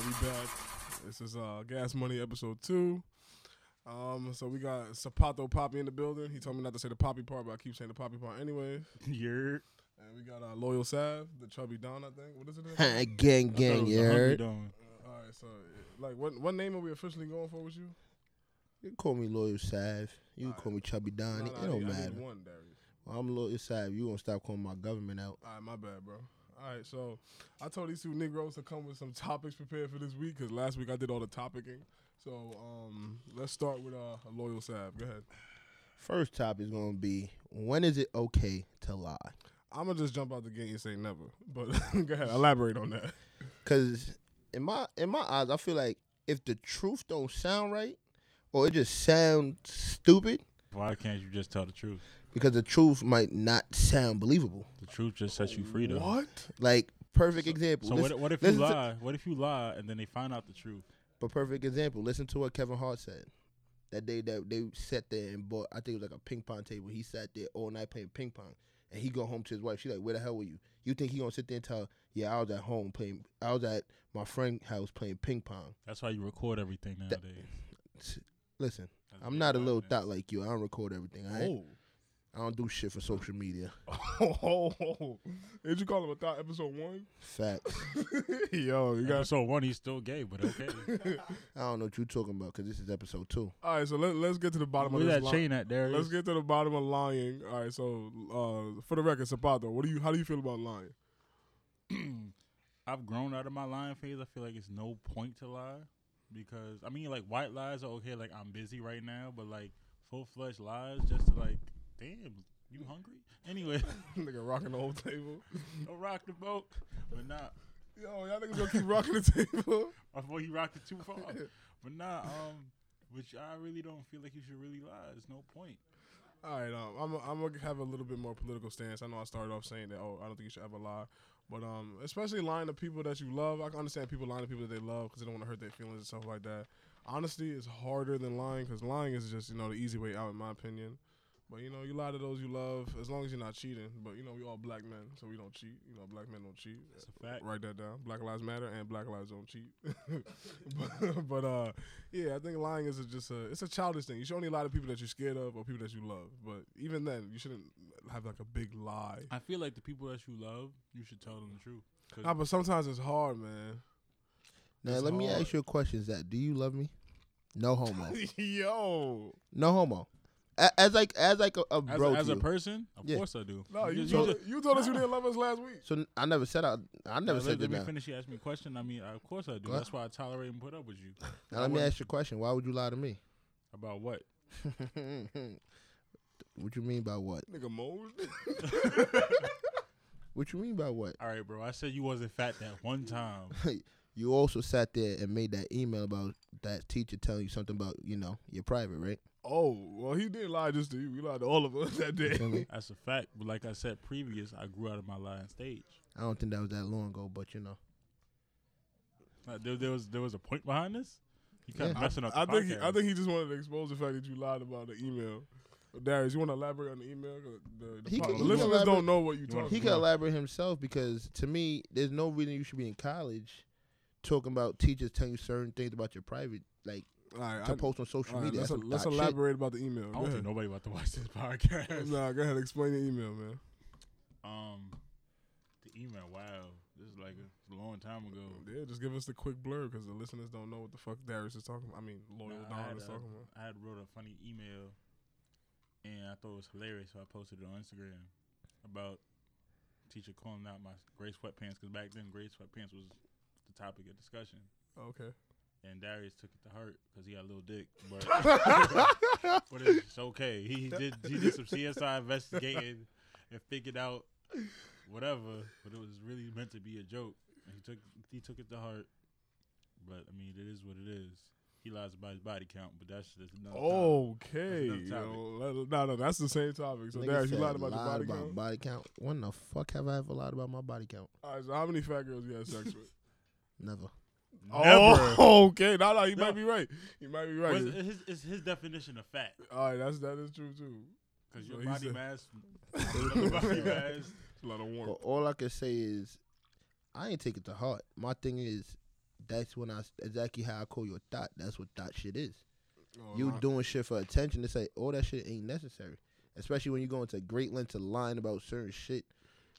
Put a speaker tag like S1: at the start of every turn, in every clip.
S1: back. This is uh, Gas Money episode two. Um, so we got Sapato Poppy in the building. He told me not to say the Poppy part, but I keep saying the Poppy part anyway.
S2: You're
S1: And we got uh, Loyal Sav, the Chubby Don, I think. What is it? Uh,
S3: gang, gang, you heard?
S1: all right, so like, what what name are we officially going for with you?
S3: You can call me Loyal Sav. You can call me Chubby Don.
S1: Nah, nah,
S3: Uh, it
S1: I
S3: don't
S1: need, I
S3: matter.
S1: need one, Darius.
S3: Well, I'm Loyal Sav. You gonna stop calling my government out?
S1: All right, my bad, bro. All right, so I told these two Negroes to come with some topics prepared for this week because last week I did all the topicking. So um, let's start with uh, Loyal Sav. Go ahead.
S3: First topic is gonna be when is it okay to lie?
S1: I'm gonna just jump out the gate and say never, but go ahead, elaborate on that.
S3: Cause in my in my eyes, I feel like if the truth don't sound right, or it just sounds stupid,
S2: Why can't you just tell the truth?
S3: because the truth might not sound believable.
S2: The truth just sets you free, though.
S1: What?
S3: Like perfect example.
S2: So what,
S3: Listen-
S2: what if you
S3: listen to-
S2: lie? What if you lie and then they find out the truth?
S3: But perfect example. Listen to what Kevin Hart said. That day that they sat there and bought, I think it was like a ping pong table. He sat there all night playing ping pong, and he go home to his wife. She like, "Where the hell were you? You think he gonna sit there and tell? Yeah, I was at home playing. I was at my friend's house playing ping pong.
S2: That's why you record everything
S3: That-
S2: nowadays.
S3: Listen, I'm not a little thought like you. I don't record everything. I ain't-
S1: Oh.
S3: I don't do shit for social media.
S1: Oh, oh, oh. Did you call him a thought episode one?
S3: Facts.
S1: Yo, you guys.
S2: Episode one, he's still gay, but okay.
S3: I don't know what you talking about because this is episode two.
S1: All right, so let, let's get to the bottom
S2: Where's
S1: of
S2: that
S1: this. line.
S2: chain at, Darius?
S1: Let's get to the bottom of lying. All right, so uh, for the record, Sapato, what do you? How do you feel about lying?
S2: I've grown out of my lying phase. I feel like it's no point to lie because I mean, like white lies are okay. Like I'm busy right now, but like full fledged lies, just to like, damn, you hungry? Anyway,
S1: Nigga rocking the whole table.
S2: don't rock the boat, but not.
S1: Yo, y'all niggas gonna keep rocking the table.
S2: before you rocked it too far. but nah, um, which I really don't feel like you should really lie. There's no point.
S1: All right, um, I'm I'm gonna have a little bit more political stance. I know I started off saying that. Oh, I don't think you should ever lie, but um, especially lying to people that you love. I can understand people lying to people that they love because they don't want to hurt their feelings and stuff like that. Honesty is harder than lying because lying is just you know the easy way out in my opinion. But you know, you lie to those you love as long as you're not cheating. But you know, we all black men, so we don't cheat. You know, black men don't cheat.
S2: That's a fact.
S1: Write that down. Black Lives Matter and Black Lives Don't Cheat. but, but, uh, yeah, I think lying is a, just a it's a childish thing. You should only lie to people that you're scared of or people that you love. But even then, you shouldn't have like a big lie.
S2: I feel like the people that you love, you should tell them the truth.
S1: Nah, but sometimes it's hard, man.
S3: Now
S1: It's
S3: let me
S1: hard.
S3: ask you a question, Zach. Do you love me? No homo.
S1: Yo,
S3: No homo. A- As like as like a, a
S2: As,
S3: bro
S2: a, as
S3: to
S2: a
S3: you.
S2: person, of
S3: Yeah.
S2: course I do.
S1: no, you,
S2: just-
S1: told,
S2: just-
S1: you told us you didn't love us last week.
S3: So I never said I. I never
S2: Now, let,
S3: said that.
S2: let me
S3: Now.
S2: finish. You ask me a question. I mean, of course I do.
S3: Go ahead.
S2: That's why I tolerate and put up with you.
S3: Now let me ask you a question. Why would you lie to me?
S2: About what?
S3: what you mean by what?
S1: Nigga, mold.
S3: What you mean by what?
S2: All right, bro. I said you wasn't fat that one time.
S3: You also sat there and made that email about that teacher telling you something about you know your private, right?
S1: oh, well, he didn't lie just to you. He lied to all of us that
S3: You feel
S1: day.
S3: me?
S2: That's a fact. But like I said previous, I grew out of my lying stage.
S3: I don't think that was that long ago, but you know.
S2: Like, there, there was there was a point behind this. You kept
S3: Yeah.
S2: messing up. The
S1: I think he, I
S2: podcast.
S1: think he just wanted to expose the fact that you lied about the email. Darius, you want to elaborate on the email? 'Cause The, the,
S3: He
S1: po-
S3: can-
S1: the
S3: he can
S1: listeners
S3: elaborate-
S1: don't know what you
S2: wanna-
S1: talking
S3: He
S1: about.
S3: could elaborate himself because to me, there's no reason you should be in college talking about teachers telling you certain things about your private, like
S1: All right,
S3: to
S1: I-
S3: post on social
S1: all right,
S3: media.
S1: let's
S3: That's some
S1: let's
S3: thought shit.
S1: elaborate about the email.
S2: I
S1: Go
S2: don't think
S1: ahead.
S2: nobody about to watch this podcast.
S1: Nah, go ahead. Explain the email, man.
S2: Um, the email. Wow, this is like a long time ago.
S1: Yeah, just give us the quick blur because the listeners don't know what the fuck Darius is talking about. I mean, Loyal
S2: Nah, I,
S1: Don
S2: had
S1: is
S2: a-
S1: talking about.
S2: I had wrote a funny email, and I thought it was hilarious, so I posted it on Instagram about teacher calling out my gray sweatpants because back then gray sweatpants was the topic of discussion.
S1: Okay.
S2: And Darius took it to heart because he had a little dick, but, but it's okay. He did he did some CSI investigating and figured out whatever, but it was really meant to be a joke. And he took he took it to heart, but I mean it is what it is. He lies about his body count, but that's just another.
S3: Oh.
S2: topic.
S1: Okay.
S2: That's another topic.
S1: yo, let- no, no, that's the same topic. So,
S3: Nigga
S1: Darius, you
S3: said
S1: lied about your
S3: lied
S1: body
S3: about
S1: count.
S3: body count. When the fuck have I ever lied about my body count?
S1: All right, so how many fat girls you had sex with?
S3: Never.
S2: Never.
S1: Oh, okay. No, no, you
S2: No.
S1: might be right. You might be right.
S2: Well, it's, it's- it's his definition of fat
S1: All right, that's that is true too.
S2: because
S1: So
S2: your
S1: he
S2: body
S1: said-
S2: mass, your body mass.
S1: It's a lot of warmth.
S3: But all I can say is, I ain't take it to heart. My thing is, That's when I exactly how I call your thought. That's what thought shit is.
S1: Oh,
S3: You
S1: line-
S3: doing shit for attention to say all that shit ain't necessary, especially when you go into great lengths to line about certain shit.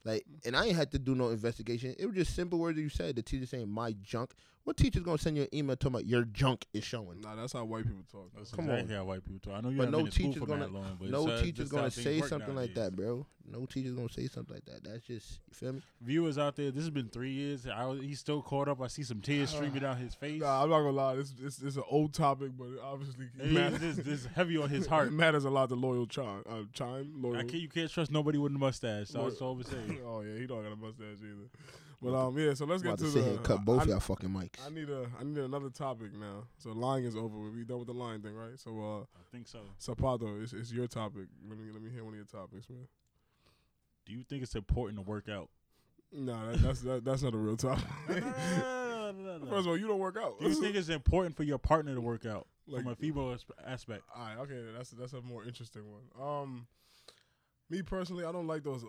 S3: Like, and I ain't had to do no investigation. It was just simple words that you said. The teacher saying my junk. What teacher's gonna send you an email talking about your junk is showing?
S1: Nah, that's how white people talk.
S2: That's
S3: Come
S2: exactly how white people talk. I know you
S3: But
S2: haven't
S3: no
S2: been in school
S3: teacher's
S2: for
S3: gonna-
S2: that long, but
S3: No
S2: it's, uh,
S3: teacher's
S2: just how
S3: gonna
S2: things
S3: say
S2: work
S3: something like
S2: nowadays.
S3: that, bro. No teacher's gonna say something like that. That's just you feel me.
S2: Viewers out there, this has been three years. I, was- he's still caught up. I see some tears streaming down his face.
S1: Uh, Nah, I'm not gonna lie. This this is an old topic, but it obviously it
S2: It-
S1: matters,
S2: this, this is heavy on his heart.
S1: it matters a lot to loyal chime. Uh, chime loyal.
S2: I can't, you can't trust nobody with a mustache. So that's
S1: Loyal.
S2: all I'm saying.
S1: oh yeah, he don't got a mustache either. But um, yeah. So let's
S3: I'm
S1: get
S3: about
S1: to,
S3: to
S1: the. uh,
S3: sit here and cut both
S1: I,
S3: y'all fucking mics.
S1: I need a I need another topic now. So lying is over. We done with the lying thing, right? So uh,
S2: I think so.
S1: Zapado, it's, it's your topic. Let me let me hear one of your topics, man.
S2: Do you think it's important to work out?
S1: Nah, that, that's that, that's not a real topic.
S2: No, no,
S1: First
S2: no, no, no, no.
S1: of all, you don't work out.
S2: Do you think it's important for your partner to work out
S1: Like-
S2: from a female aspe- aspect?
S1: All right, okay, that's that's a more interesting one. Um, me personally, I don't like those uh,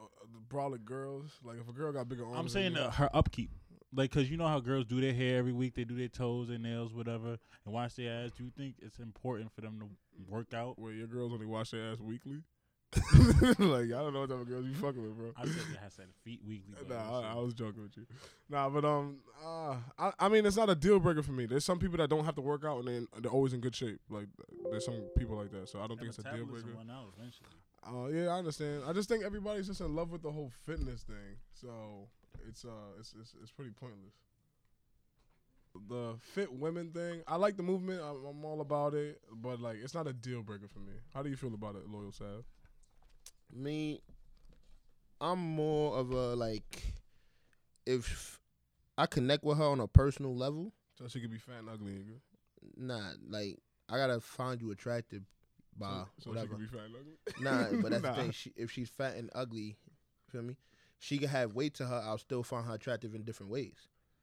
S1: brolic girls. Like if a girl got bigger arms,
S2: I'm
S1: than
S2: saying
S1: me,
S2: uh, her upkeep. Like, cause you know how girls do their hair every week, they do their toes, their nails, whatever, and wash their ass. Do you think it's important for them to work out?
S1: where your girls only wash their ass weekly. like I don't know what type of girls you fucking with, bro.
S2: I said it has said feet weekly. but
S1: Nah, I, I
S2: listen.
S1: was joking with you. Nah, but um, uh, I, I mean, it's not a deal breaker for me. There's some people that don't have to work out and they- they're always in good shape. Like there's some people like that, so I don't
S2: That
S1: think it's a deal
S2: metabolism
S1: breaker.
S2: run out eventually.
S1: Uh, yeah, I understand. I just think everybody's just in love with the whole fitness thing, so it's uh, it's it's, it's pretty pointless. The fit women thing, I like the movement. I'm, I'm all about it, but like, it's not a deal breaker for me. How do you feel about it, loyal Sav?
S3: Me, I'm more of a like, if I connect with her on a personal level,
S1: So she could be fat and ugly, nigga.
S3: nah, like I gotta find you attractive by
S1: so, so she
S3: whatever.
S1: could be fat and ugly.
S3: Nah, but that's
S1: Nah.
S3: the thing. She, if she's fat and ugly, feel me? She can have weight to her. I'll still find her attractive in different ways.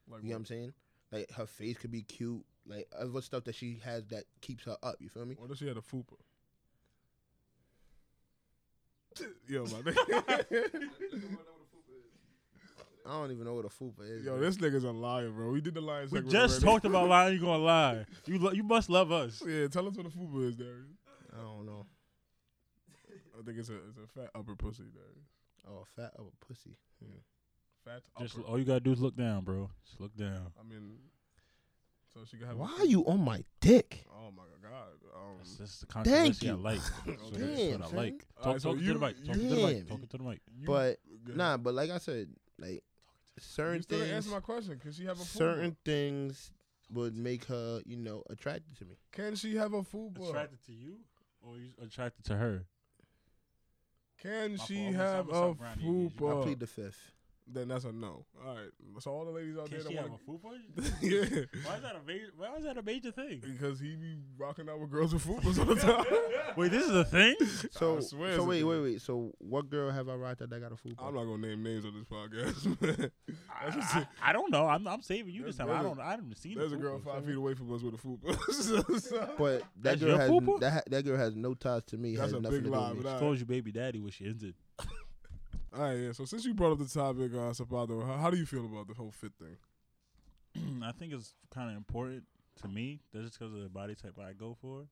S1: Like,
S3: You know what I'm saying? Like her face could be cute. Like other stuff that she has that keeps her up. You feel me?
S1: What if she had a fupa? Yo, my nigga.
S3: I don't even know what a fupa is.
S1: Yo,
S3: man.
S1: this nigga's a liar, bro. We did the lion
S2: We
S1: segment.
S2: just
S1: already.
S2: talked about lying. You gonna lie? You lo- you must love us.
S1: Yeah, tell us what a fupa is, Darius.
S3: I don't know.
S1: I think it's a it's a fat upper pussy, Darius.
S3: Oh, fat of a pussy.
S1: Fat upper.
S2: Just all you gotta do is look down, bro. Just look down.
S1: I mean, so she could have. a
S3: Why
S1: fupa.
S3: are you on my dick?
S1: Oh my god. Um,
S2: That's just the controversy I
S3: you.
S2: like.
S1: Okay.
S2: So that's
S3: Damn,
S2: what I
S3: son.
S2: like.
S1: All
S2: Talk,
S1: right, so
S2: talk
S1: you-
S2: to the mic. Talk to the
S3: Damn.
S2: mic. Talk to the mic.
S1: you-
S3: But
S1: good.
S3: nah, but like I said, like certain
S1: you still didn't
S3: things,
S1: answer my question. Can she have a fupa?
S3: certain things would make her, you know, attracted to me.
S1: Can she have a fupa?
S2: Attracted to you, or you attracted to her?
S1: Can
S2: My
S1: she
S2: fault. I'm
S1: have a
S2: sorry, I'm sorry, Brian, you- you-
S3: I
S1: fupa?
S3: plead the fifth.
S1: then that's a no. All right. So all the ladies out
S2: Can
S1: there
S2: she
S1: that
S2: have
S1: want
S2: a fupa?
S1: yeah,
S2: Why is that a major? Why is that a major thing?
S1: because he be rocking out with girls with fupas all the time.
S2: Wait, this is a thing.
S3: So,
S1: swear it's
S3: so
S1: a
S3: wait,
S1: dude.
S3: wait, wait. So, what girl have I rocked out that got a fupa?
S1: I'm not gonna name names on this podcast. man. That's a-
S2: I, I, I don't know. I'm, I'm saving you this
S1: There's-
S2: time. I
S1: there's
S2: don't. I haven't seen.
S1: There's a
S2: fupa,
S1: girl
S2: so-
S1: five feet away from us with a fupa. So- so-
S3: But that
S2: That's
S3: girl
S2: your
S3: has
S2: fupa?
S3: that, ha- that girl has no ties to me.
S1: That's
S3: has
S1: a
S3: nothing
S1: big
S3: to do
S1: lie,
S3: with me.
S1: but I-
S2: She told you, baby daddy, what she ended.
S1: all right, yeah. So since you brought up the topic, uh, Sapado, how, how do you feel about the whole fit thing?
S2: I think it's kind of important to me. That's just because of the body type I go for,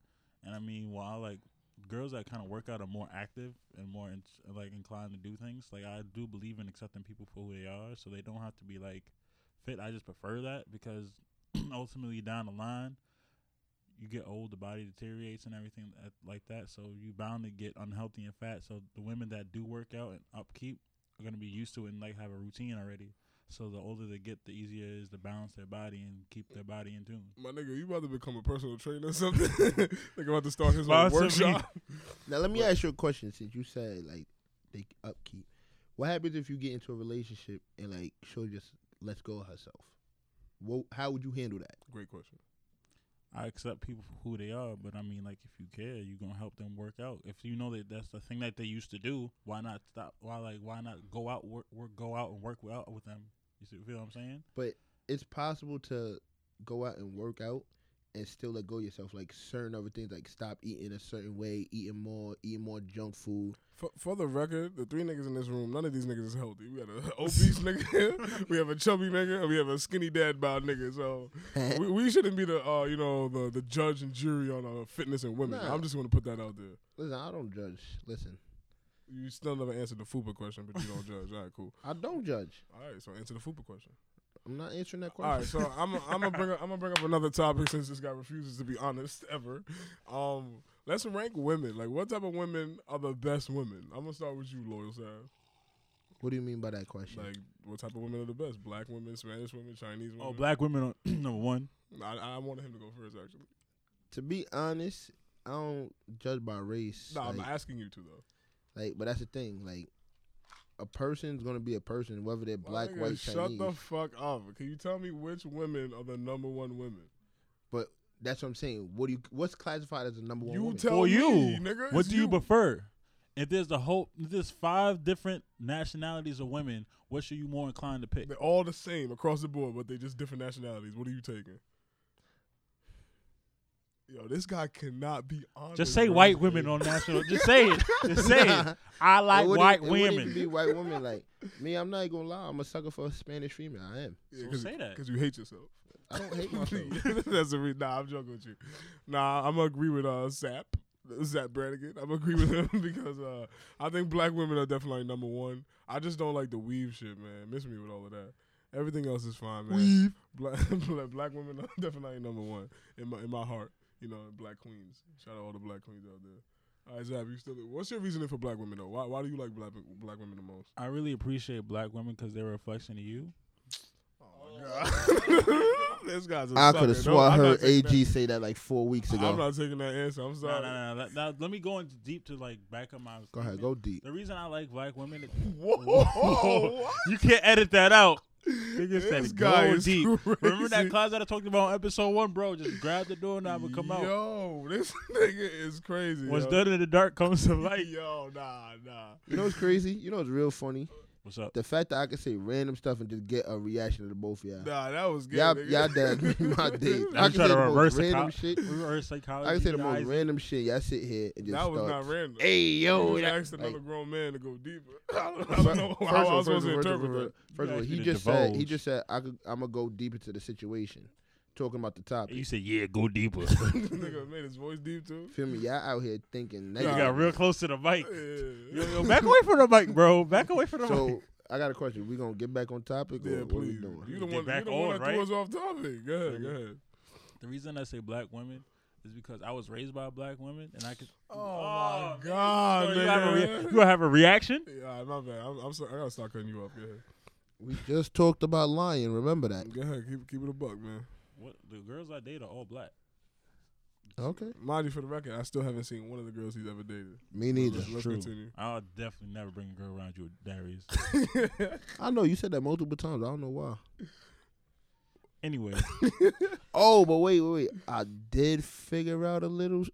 S2: and I mean, while I like girls that kind of work out are more active and more in, like inclined to do things. Like I do believe in accepting people for who they are, so they don't have to be like fit. I just prefer that because ultimately down the line. You get old, the body deteriorates and everything that, like that. So you bound to get unhealthy and fat. So the women that do work out and upkeep are gonna be used to it and like have a routine already. So the older they get, the easier it is to balance their body and keep their body in tune.
S1: My nigga, you about to become a personal trainer or something? Think about to start his own
S2: Sponsor me.
S1: workshop.
S3: Now, let me ask you a question. Since you said like they upkeep, what happens if you get into a relationship and like she just lets go of herself? What, how would you handle that?
S1: Great question.
S2: I accept people for who they are, but I mean, like, if you care, you're gonna help them work out. If you know that that's the thing that they used to do, why not stop? Why like why not go out work, work go out and work out with them? You see, feel what I'm saying?
S3: It's possible to go out and work out and still let go of yourself. Like certain other things, like stop eating a certain way, eating more, eating more junk food.
S1: For, for the record, the three niggas in this room, none of these niggas is healthy. We got an obese nigga, we have a chubby nigga, and we have a skinny dad bod nigga. So we, we shouldn't be the uh, you know the the judge and jury on uh, fitness and women.
S3: Nah.
S1: I'm just going to put that out there.
S3: Listen, I don't judge. Listen,
S1: You still never answered the Fupa question, but you don't judge. All right, cool.
S3: I don't judge.
S1: All right, so answer the Fupa question.
S3: I'm not answering that question.
S1: All right, so I'm I'm gonna bring up, I'm gonna bring up another topic since this guy refuses to be honest ever. Um, let's rank women. Like, what type of women are the best women? I'm gonna start with you, loyal Sam.
S3: What do you mean by that question?
S1: Like, what type of women are the best? Black women, Spanish women, Chinese women.
S2: Oh, black women are number one.
S1: I, I wanted him to go first, actually.
S3: to be honest, I don't judge by race.
S1: No, I'm
S3: like-
S1: asking you to though.
S3: Like, but that's the thing. Like, a person's gonna be a person, whether they're
S1: My
S3: black,
S1: nigga,
S3: white,
S1: Shut
S3: Chinese.
S1: the fuck up. Can you tell me which women are the number one women?
S3: but that's what I'm saying. What do you? What's classified as the number one?
S1: You
S3: woman?
S1: tell
S2: For
S1: me,
S2: you,
S1: nigga.
S2: What
S1: It's
S2: do you
S1: you.
S2: prefer? If there's the whole, if there's five different nationalities of women, which are you more inclined to pick?
S1: They're all the same across the board, but they just different nationalities. What are you taking? Yo, this guy cannot be honest.
S2: Just say
S1: bro.
S2: white women on national. Just say it. Just say
S3: Nah.
S2: it. I
S3: It
S2: like
S3: wouldn't-
S2: white
S3: it wouldn't even
S2: women.
S3: Be white women. Like me, I'm not gonna lie. I'm a sucker for a Spanish female. I am.
S2: So say that.
S1: because you hate yourself.
S3: I don't hate myself.
S1: That's the reason. Nah, I'm joking with you. Nah, I'm gonna agree with uh Zap. Zap Brannigan. I'm gonna agree with him because uh I think black women are definitely number one. I just don't like the weave shit, man. Miss me with all of that. Everything else is fine, man. Weave. Black black, black women are definitely number one in my in my heart. You know, black queens. Shout out all the black queens out there. All right, Zap, you still. What's your reasoning for black women though? Why why do you like black black women the most?
S2: I really appreciate black women because they're a reflection of you.
S1: Oh my god, this guy's. I
S3: I could have swore I heard AG say that like four weeks ago.
S1: I'm not taking that answer. I'm
S2: No,
S1: sorry.
S2: no, no. Now, let me go into deep to like back up my.
S3: go ahead,
S2: statement.
S3: go deep.
S2: The reason I like black women.
S1: Whoa, what?
S2: you can't edit that out. Nigga
S1: This
S2: said go
S1: guy is
S2: deep. Remember
S1: crazy.
S2: that closet I talked about on episode one, bro? Just grab the door knob and come out.
S1: Yo, this nigga is crazy.
S2: What's
S1: yo.
S2: done in the dark comes to light.
S1: Yo, nah, nah.
S3: You know what's crazy? You know what's real funny?
S2: What's up?
S3: The fact that I can say random stuff and just get a reaction to the both of y'all.
S1: Nah, that was good.
S3: Y'all,
S1: nigga.
S3: y'all done made my day.
S1: That
S3: I
S2: I'm
S3: can say
S2: trying
S3: the
S2: to
S3: most
S2: reverse
S3: random
S2: psychology.
S3: shit.
S2: Reverse psychology.
S3: I can say the most
S2: guys.
S3: random shit. Y'all sit here and just
S1: was
S3: start.
S1: not random.
S3: Hey yo,
S1: you
S3: that-
S1: asked another
S3: like-
S1: grown man to go deeper. I don't, I don't know how I was supposed to interpret that.
S3: First
S2: You
S3: of all,
S2: asked me
S3: he
S2: to
S3: just said he
S2: divulge.
S3: just said I could, I'm gonna go deep into the situation, talking about the topic.
S2: You said, yeah, go deeper.
S1: This nigga made his voice deep too.
S3: Feel me? Y'all out here thinking.
S2: you
S1: Nah.
S2: got
S3: negative.
S2: real close to the mic.
S1: Yeah.
S2: Yo, yo, back away from the mic, bro. Back away from the mic.
S3: So I got a question. We gonna get back on topic?
S1: Yeah,
S3: or What we
S1: please.
S3: doing?
S1: You the
S2: Get
S1: one, you
S2: back
S1: the one
S2: on,
S1: that threw
S2: right?
S1: us off topic. Go ahead, go ahead.
S2: The reason I say black women is because I was raised by a black woman, and I could.
S1: Oh,
S2: Oh,
S1: my God,
S3: Oh,
S2: So you have a rea-
S1: nigga.
S2: you gonna have a reaction?
S1: Yeah, all right, my bad. I'm, I'm sorry. I gotta start cutting you off. Go ahead.
S3: We just talked about lying. Remember that?
S1: Go ahead. Keep, keep it a buck, man.
S2: What the girls I date are all black.
S3: Okay.
S1: Mind you, for the record, I still haven't seen one of the girls he's ever dated.
S3: Me neither.
S1: Let's
S2: True.
S1: continue.
S2: I'll definitely never bring a girl around you, Darius.
S3: I know you said that multiple times. I don't know why.
S2: anyway,
S3: Oh, but wait, wait, wait. I did figure out a little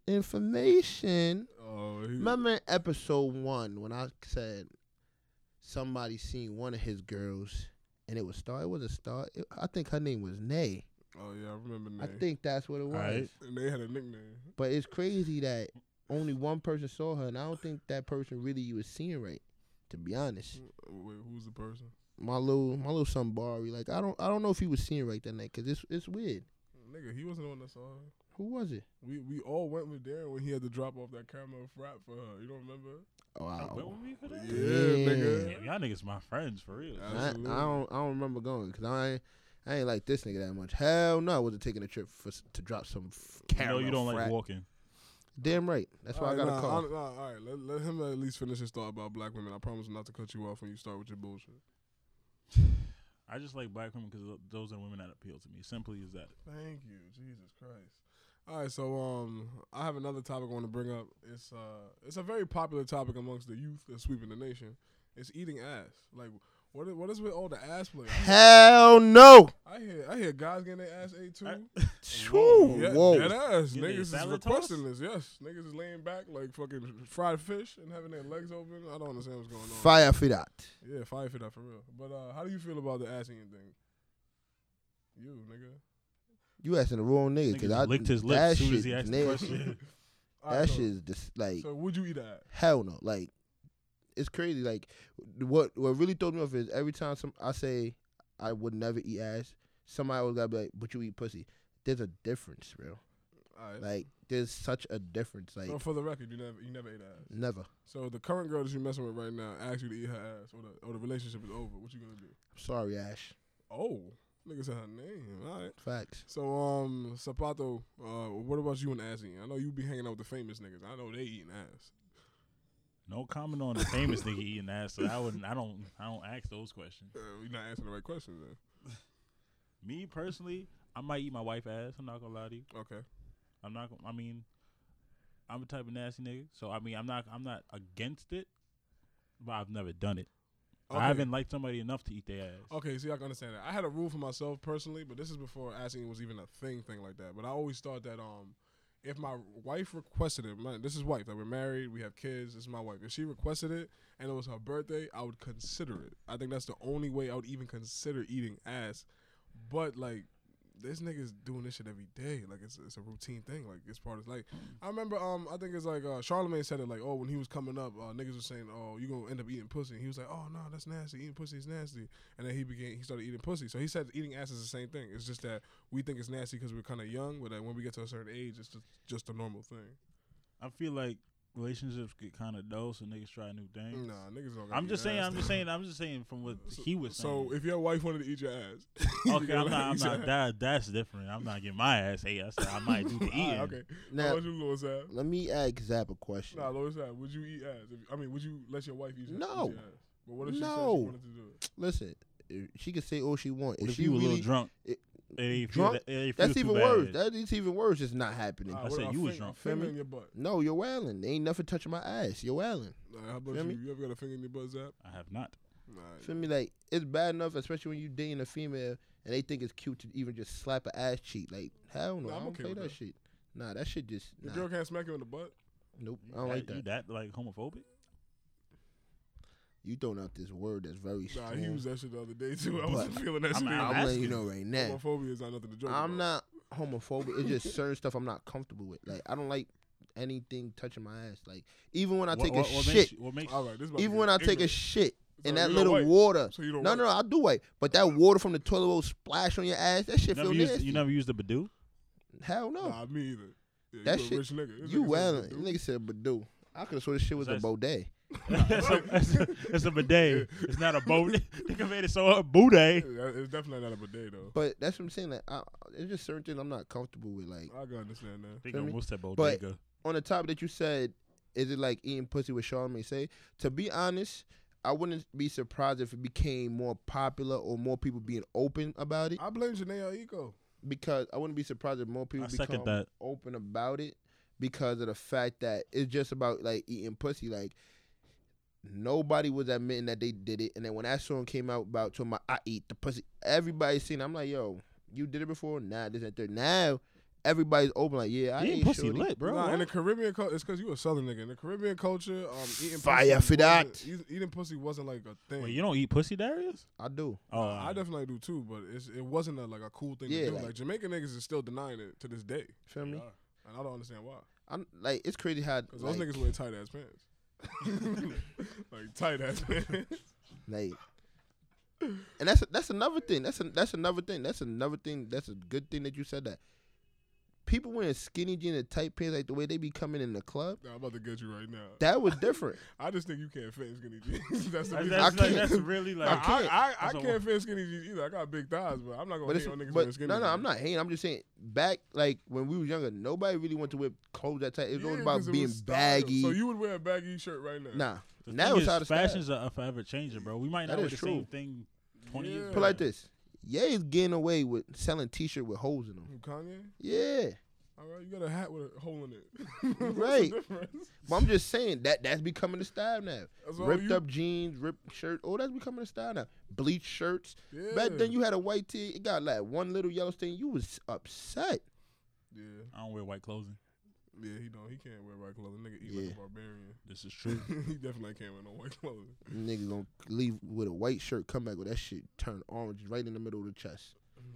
S3: information.
S1: Oh, he,
S3: Remember in episode one when I said somebody seen one of his girls and it was Star? It was a Star. It- I think her name was Nay.
S1: oh yeah, I remember. Nay.
S3: I think that's what it was.
S2: Alright.
S1: and they had a nickname.
S3: But it's crazy that only one person saw her, and I don't think that person really was seeing right. To be honest,
S1: Wait, who's the person?
S3: my little my little son Bari, like I don't I don't know if he was seeing right that night because it's it's weird.
S1: Nigga, he wasn't on that song.
S3: Who was it?
S1: We we all went with Darren when he had to drop off that caramel frap for her. You don't remember?
S3: Oh,
S2: I went
S3: Wow.
S2: with me for that?
S1: Yeah,
S3: Oh, Yeah.
S1: nigga.
S2: Damn, y'all niggas my friends for real.
S1: Yeah.
S3: I, I
S1: Absolutely.
S3: don't I don't remember going because I ain't, I ain't like this nigga that much. Hell no, I wasn't taking a trip for s- to drop some f-
S2: You know
S3: caramel.
S2: you don't like
S3: frat.
S2: walking.
S3: Damn right. That's why I got
S1: nah,
S3: a call.
S1: I- nah, all right, let, let him at least finish his thought about black women. I promise not to cut you off when you start with your bullshit.
S2: I just like black women because those are the women that appeal to me. Simply as that.
S1: Thank you, Jesus Christ. All right, so um, I have another topic I want to bring up. It's uh, it's a very popular topic amongst the youth that's sweeping the nation. It's eating ass. Like, what is, what is with all the ass play?
S3: Hell no.
S1: I hear I hear guys getting their ass ate too.
S2: I-
S3: Whoa.
S1: yeah,
S3: Whoa.
S1: That ass.
S2: You mean
S1: Niggas is
S2: salad
S1: requesting this. Yes, niggas is laying back like fucking fried fish and having their legs open. I don't understand what's going on.
S3: Fire for that.
S1: Yeah, fire for that for real. But uh, how do you feel about the ass eating thing? You nigga.
S3: You asking the wrong nigga because
S2: Nigga
S3: I
S2: licked his lips
S3: that
S2: as soon as
S3: shit
S2: he asked the
S3: nasty.
S2: question.
S1: All
S3: That
S1: right,
S3: shit
S1: so,
S3: is just like
S1: So would you eat that?
S3: hell no. Like it's crazy. Like what what really throws me off is every time some I say I would never eat ass, somebody always gotta be like, "But you eat pussy." There's a difference, bro.
S1: All right.
S3: Like there's such a difference. Like
S1: So for the record, you never you never ate ass.
S3: never.
S1: So the current girl that you're messing with right now asks you to eat her ass, or the, or the relationship is over. What you gonna do?
S3: Sorry, Ash.
S1: Oh, nigga said her name. All right.
S3: Facts.
S1: So um, Sapato, uh, what about you and ass eating? I know you be hanging out with the famous niggas. I know they eating ass.
S2: No comment on the famous nigga eating ass. So I wouldn't. I don't. I don't ask those questions.
S1: Uh, we not answering the right questions then.
S2: Me personally, I might eat my wife ass. I'm not gonna lie to you.
S1: Okay.
S2: I'm not. Gonna, I mean, I'm a type of nasty nigga. So I mean, I'm not. I'm not against it, but I've never done it.
S1: Okay.
S2: I haven't liked somebody enough to eat their ass.
S3: Oh.
S1: Okay, so y'all can understand that. I had a rule for myself personally, but this is before asking was even a thing, thing like that. But I always thought that um, if my wife requested it, my, this is wife. Like we're married, we have kids. This is my wife. If she requested it and it was her birthday, I would consider it. I think that's the only way I would even consider eating ass. But like, this nigga's doing this shit every day. Like it's it's a routine thing. Like it's part of like I remember um I think it's like uh Charlemagne said it like oh when he was coming up uh, niggas was saying oh you gonna end up eating pussy. And he was like oh no that's nasty eating pussy is nasty. And then he began he started eating pussy. So he said eating ass is the same thing. It's just that we think it's nasty because we're kind of young, but like, when we get to a certain age, it's just just a normal thing.
S2: I feel like relationships get kind of dull, so niggas try new things.
S1: Nah, niggas don't. gotta
S2: I'm
S1: eat
S2: just saying.
S1: ass.
S2: I'm just saying. I'm just saying from what he was saying.
S1: So if your wife wanted to eat your ass, you
S2: okay, I'm
S1: gotta
S2: not. I'm
S1: eat your
S2: not.
S1: ass.
S2: That that's different. I'm not getting my ass ate. I said I might do
S1: All
S2: the
S3: Ah,
S1: right,
S2: eating.
S1: Ah, okay. Now,
S3: Now
S1: you, Lord Sab?
S3: let me ask Zap a question.
S1: Nah, Lord Sab, would you eat ass? If- I mean, would you let your wife eat your,
S3: No.
S1: eat your ass? But what if she said
S3: No.
S1: she wanted to do it?
S3: Listen, if she can say all she want.
S2: What
S3: If
S2: if
S3: she
S2: you a
S3: really,
S2: little drunk?
S3: it-
S2: It ain't feel
S3: drunk?
S2: that- it ain't feel
S3: that's
S2: too
S3: even
S2: bad.
S3: worse. That is even worse. It's not happening.
S1: All
S2: I
S1: Ah, what
S2: said
S1: about
S2: you was
S1: fing-
S2: drunk.
S1: Finger
S3: Feel
S1: in your butt.
S3: no, you're wailing. There ain't nothing touching my ass. You're wailing.
S1: Nah, how about
S3: Feel
S1: you?
S3: me?
S1: You ever got a finger in your butt, Zap?
S2: I have not.
S1: Nah.
S3: Feel me? Like it's bad enough, especially when you dating a female and they think it's cute to even just slap an ass cheek. Like hell no,
S1: Nah, I'm
S3: I don't
S1: okay
S3: play
S1: with
S3: that,
S1: that.
S3: shit. Nah, that shit just
S1: Your
S3: nah.
S1: girl can't smack you in the butt.
S3: nope. I don't like
S2: You
S3: that.
S2: that like homophobic?
S3: You throwing out this word that's very
S1: Nah,
S3: strong.
S1: he used that shit the other day too. I wasn't
S3: But
S1: feeling that
S2: I'm
S1: shit.
S2: out.
S3: I'm letting you
S2: asking.
S3: know right now.
S1: Homophobia is not nothing to joke
S3: I'm
S1: about.
S3: not homophobic. It's just certain stuff I'm not comfortable with. Like I don't like anything touching my ass. Like even when I
S2: What-
S3: take
S2: what-
S3: a
S2: what
S3: shit,
S2: Makes, what makes
S1: All right, this about to
S3: even
S1: get
S3: when I take a
S1: ignorant.
S3: shit
S1: So
S3: and that
S1: you don't
S3: little
S1: wipe.
S3: water.
S1: So you don't
S3: no,
S1: wipe.
S3: no, no, I do wipe. But that water from the toilet will splash on your ass. That shit
S2: never
S3: feel
S2: used,
S3: nasty.
S2: you never used a Badoo?
S3: Hell no.
S1: Nah, me either. Yeah,
S3: That
S1: you a
S3: shit-
S1: rich nigga. This
S3: You
S1: nigga said
S3: wailing.
S1: Badoo.
S3: Nigga said Badu. I could have sworn this shit was a
S2: That's-
S3: Baudet.
S2: it's, a, it's, a, it's a bidet. It's not a boat. Nigga made it so a boudet.
S1: Yeah, It's definitely not a bidet though.
S3: But that's what I'm saying. Like, I, it's just certain things I'm not comfortable with. Like
S1: I can understand that.
S2: Nigga
S3: Feel me?
S2: almost said
S3: But-
S2: bodega.
S3: on the topic that you said, is it like eating pussy? What Sean may say. To be honest, I wouldn't be surprised if it became more popular or more people being open about it.
S1: I blame Janae Eco.
S3: Because I wouldn't be surprised if more people
S2: I second
S3: become
S2: that.
S3: open about it because of the fact that it's just about like eating pussy. Like nobody was admitting that they did it. And then when that song came out about talking about I eat the pussy, everybody seen. it. I'm like, yo, you did it before? Nah, this and third. Now everybody's open. Like, yeah, I
S2: You
S3: ain't
S2: ain't pussy
S3: shorty.
S2: lit, bro.
S1: nah,
S2: what?
S1: in the Caribbean culture, it's because you a Southern nigga. In the Caribbean culture, um, eating
S3: Fire
S1: pussy
S3: for that.
S1: wasn't- eat- Eating pussy wasn't like a thing.
S2: Wait, you don't eat pussy, Darius?
S3: I do.
S2: Oh,
S1: I definitely do too, but it's, it wasn't a, like a cool thing
S3: Yeah,
S1: to do.
S3: like-
S1: Like, Jamaican niggas is still denying it to this day,
S3: Feel me?
S1: and I don't understand why.
S3: I'm like, it's crazy how
S1: Because
S3: like,
S1: those niggas wear tight ass pants, like tight ass pants.
S3: like and that's that's another thing. That's a, that's another thing. That's another thing. That's a good thing that you said that. People wearing skinny jeans and tight pants, like the way they be coming in the club,
S1: Nah, I'm about to get you right now.
S3: that was different.
S1: I just think you can't fit in skinny jeans. that's the
S2: That's,
S1: reason.
S3: I
S2: that's, like,
S3: can't.
S2: that's really like.
S1: I,
S3: can't.
S1: I, I,
S2: That's a-
S1: can't fit in skinny jeans either. I got big thighs, but I'm not gonna
S3: but
S1: hate
S3: it's
S1: on niggas wearing
S3: but
S1: skinny
S3: no no,
S1: jeans.
S3: I'm not hating. I'm just saying back like when we was younger, nobody really wanted to wear clothes that tight. It was all about being baggy.
S1: So you would wear a baggy shirt right now.
S3: nah,
S2: the
S3: now
S2: thing
S3: it's
S2: is,
S3: out of style.
S2: fashions are forever changing, bro. We might not
S3: That
S2: wear
S3: is
S2: the same
S3: true.
S2: thing 20
S1: Yeah.
S2: years
S1: Put
S3: Put
S2: ago.
S3: it like this, yeah, is getting away with selling T-shirt with holes in them.
S1: Who, Kanye?
S3: Yeah,
S1: All right, you got a hat with a hole in it.
S3: Right.
S1: What's the difference?
S3: but I'm just saying that that's becoming the style now.
S1: That's all
S3: ripped
S1: you-
S3: up jeans, ripped shirt. Oh, that's becoming a style now. Bleach shirts.
S1: Yeah.
S3: Back then, you had a white tee. It got like one little yellow stain. You was upset.
S1: Yeah,
S2: I don't wear white clothing.
S1: yeah, he don't. He can't wear white clothing. Nigga eat like
S3: Yeah.
S1: a barbarian.
S2: This is true.
S1: he definitely can't wear no white clothing.
S3: Nigga gonna leave with a white shirt, come back with that shit turned orange right in the middle of the chest.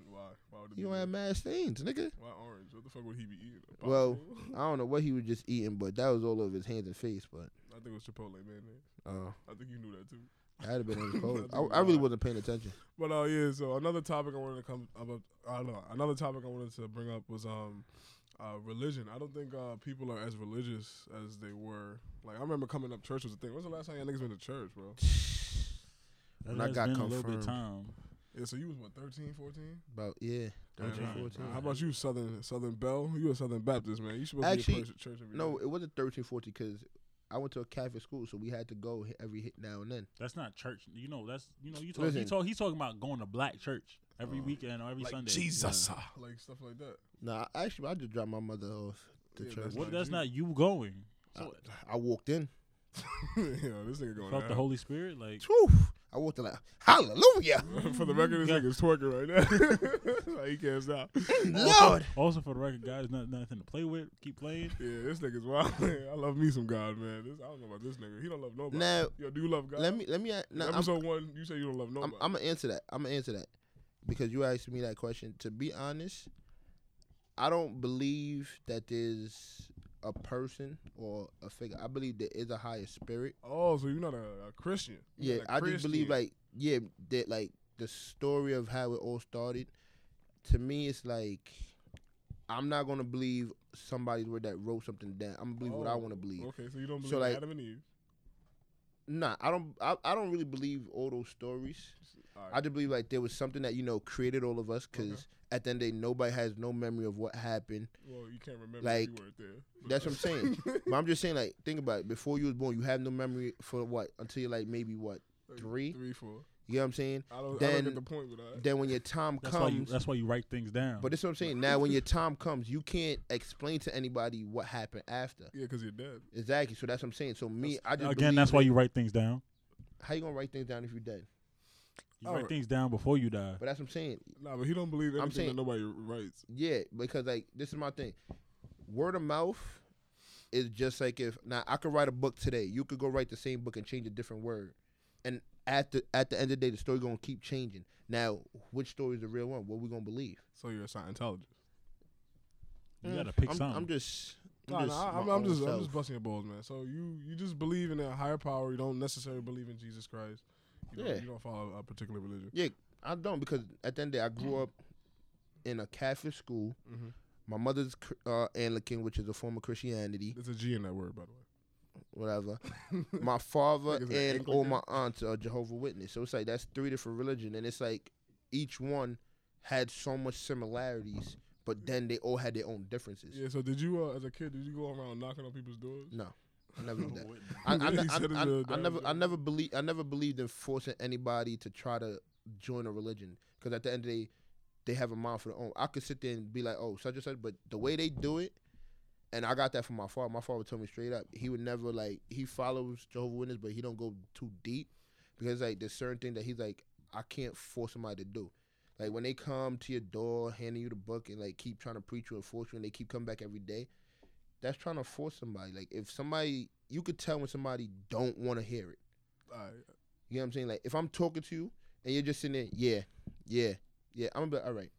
S1: Why? Why allowed to
S3: You
S1: be.
S3: gonna have mad stains, nigga.
S1: Why orange? What the fuck would he be eating? A
S3: Well-
S1: popsicle?
S3: I don't know what he was just eating, but that was all over his hands and face. But
S1: I think it was Chipotle, man.
S3: uh,
S1: I think you knew that too.
S3: I had been on his clothes.
S1: That'd be
S3: I, I really
S1: wild.
S3: wasn't paying attention.
S1: But uh, yeah. So another topic I wanted to come up. I don't know. Another topic I wanted to bring up was um, uh, religion. I don't think uh, people are as religious as they were. Like I remember coming up, church was a thing. When's the last time y'all niggas been to church, bro?
S3: When I
S2: has
S3: got
S2: been a little bit
S3: confirmed.
S2: time.
S1: Yeah. So you was what 13, 14?
S3: About yeah,
S1: Damn,
S3: 13,
S2: right.
S3: 14.
S1: How about you, Southern Southern Bell? You a Southern Baptist man? You supposed
S3: Actually,
S1: to be at church every
S3: No,
S1: day.
S3: it wasn't 13, 14 because I went to a Catholic school, so we had to go h- every hit now and then.
S2: That's not church. You know, that's you know, you talk, he
S3: Listen.
S2: talk, he's talking about going to black church every
S3: Oh.
S2: weekend or every Sunday.
S1: ah, like stuff like that.
S3: Nah, I- actually, I just dropped my mother off to
S1: Yeah,
S3: church.
S1: that's
S2: What
S1: Like
S2: that's
S1: you-
S2: not you going. So,
S3: I walked in.
S1: yeah, this nigga going.
S2: felt the
S1: out.
S2: Holy Spirit like
S3: Whew. I walked in like Hallelujah,
S1: For the record, this nigga's twerking right now. like he can't stop.
S3: Lord.
S2: also for the record, guys, not nothing to play with. Keep playing.
S1: Yeah, this nigga's wild. Man. I love me some God, man. This, I don't know about this nigga. He don't love nobody.
S3: Now
S1: Yo, do you love God?
S3: let me let me. a- Now, I'm,
S1: Episode one, you say you don't love
S3: I'm,
S1: nobody.
S3: I'm gonna answer that. I'm gonna answer that because you asked me that question. To be honest, I don't believe that there's a person or a figure. I believe there is a higher spirit.
S1: oh, so you're not a, a Christian?
S3: Yeah,
S1: You're not a
S3: I just believe
S1: Christian.
S3: like yeah that like the story of how it all started. To me, it's like I'm not gonna believe somebody's word that wrote something down. I'm gonna believe what I
S1: Oh,
S3: want to believe.
S1: Okay, so you don't
S3: So,
S1: believe in
S3: like-
S1: Adam and Eve.
S3: Nah, I don't. I, I don't really believe all those stories.
S1: All
S3: I
S1: right.
S3: just believe like there was something that you know created all of us because
S1: Okay.
S3: at the end of the day, nobody has no memory of what happened.
S1: well, you can't remember.
S3: like,
S1: if you weren't there. but-
S3: that's what I'm saying. But I'm just saying like think about it. Before you was born, you have no memory for what until you're like maybe what
S1: Like,
S3: three.
S1: three, four.
S3: You know what I'm saying?
S1: I don't, I don't
S3: Then-
S1: get the point with that.
S3: Then when your time
S2: That's why you
S3: comes,
S2: that's why you write things down.
S3: but that's what I'm saying. Now when your time comes, you can't explain to anybody what happened after.
S1: Yeah, because you're dead.
S3: Exactly. So that's what I'm saying. So me, I just
S2: Again,
S3: believe
S2: that's why
S3: that-
S2: you write things down.
S3: How you gonna write things down if you're dead?
S2: You
S1: All
S2: write
S1: right.
S2: things down before you die.
S3: But that's what I'm saying.
S1: Nah, but he don't believe
S3: I'm
S1: anything
S3: saying-
S1: that nobody writes.
S3: Yeah, because like this is my thing. Word of mouth is just like if now I could write a book today, you could go write the same book and change a different word, and at the at the end of the day, the story gonna keep changing. Now, which story is the real one? What we gonna believe?
S1: So you're a Scientologist.
S2: You
S3: Mm,
S2: gotta pick
S3: I'm,
S2: something.
S3: I'm just.
S1: Nah, nah,
S3: I'm just,
S1: I-
S3: my
S1: I'm, I'm
S3: own
S1: just, I'm
S3: self.
S1: just busting your balls, man. So you, you just believe in a higher power. You don't necessarily believe in Jesus Christ. You don't,
S3: Yeah.
S1: you don't follow a particular religion.
S3: I don't because at the end of the day, I grew up in a Catholic school.
S1: Mhm.
S3: My mother's cr- uh, Anglican, which is a form of Christianity,
S1: There's a G in that word, by the
S3: whatever.
S1: way.
S3: My father
S1: Niggas are
S3: and all
S1: Anglican.
S3: my aunts are Jehovah Witness. So it's like that's three different religion, and it's like each one had so much similarities, but then they all had their own differences.
S1: yeah. So did you, uh, as a kid, did you go around knocking on people's doors?
S3: No, I never did that. I,
S1: You
S3: I,
S1: really
S3: ne- I,
S1: said it's
S3: I-
S1: a-
S3: I
S1: that
S3: never,
S1: was
S3: I
S1: a-
S3: never believe, I never believed in forcing anybody to try to join a religion because at the end of the day, they have a mind for their own. I could sit there and be like, oh, such and such, but the way they do it, and I got that from my father. My father told me straight up, he would never like he follows Jehovah Witness, but he don't go too deep because like there's certain things that he's like, I can't force somebody to do. Like when they come to your door, handing you the book, and like keep trying to preach you and force you, and they keep coming back every day that's trying to force somebody. Like if somebody, you could tell when somebody don't want to hear it.
S1: Alright.
S3: You know what I'm saying? Like if I'm talking to you and you're just sitting there, yeah, yeah, yeah, I'm gonna be like, all right.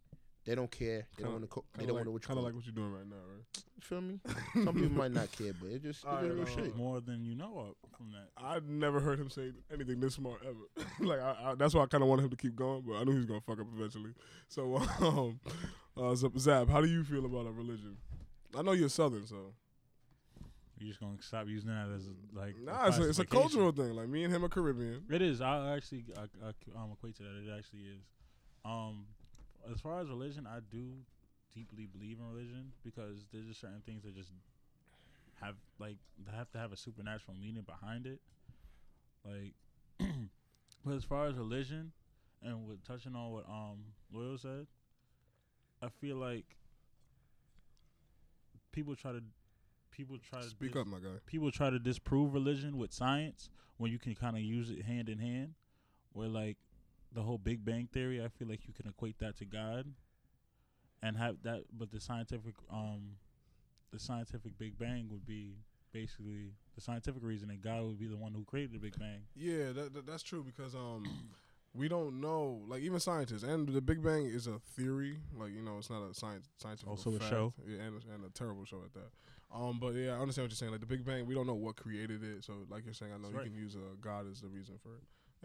S3: They don't care.
S1: Kinda-
S3: They don't want to. Co- they
S1: Kinda
S3: don't
S1: like,
S3: want to. What you
S1: kinda
S3: call
S1: like what you're doing right now, right?
S3: it. feel me? Some people might not care, but it just it's
S1: Alright,
S3: just real
S1: uh,
S3: shit.
S2: More than you know up from that.
S1: I've never heard him say anything this smart ever. like I, I, that's why I kind of wanted him to keep going, but I knew he was gonna fuck up eventually. So, um, uh, Z- Zab, how do you feel about a religion? I know you're Southern, so
S2: You're just gonna stop using that as like a
S1: nah, it's a, it's a
S2: classification.
S1: cultural thing. Like me and him are Caribbean.
S2: It is. I actually I, I c- um, equate to that. It actually is. Um, as far as religion, I do deeply believe in religion because there's just certain things that just have like they have to have a supernatural meaning behind it. Like, but as far as religion, and with touching on what um Loyal said, I feel like people try to people try to
S1: Speak
S2: dis-
S1: up, my guy.
S2: people try to disprove religion with science when you can kind of use it hand in hand where like the whole big bang theory i feel like you can equate that to god and have that but the scientific um the scientific big bang would be basically the scientific reason that god would be the one who created the big bang
S1: Yeah, that, that that's true because um, we don't know. Like even scientists, and the Big Bang is a theory. Like you know, it's not a science scientific.
S2: Also a
S1: fact.
S2: show.
S1: yeah, and, a- and a terrible show at that. Um, but yeah, I understand what you're saying. Like the Big Bang, we don't know what created it. So like you're saying, I know
S2: That's
S1: you
S2: right.
S1: can use uh, God as the reason for it.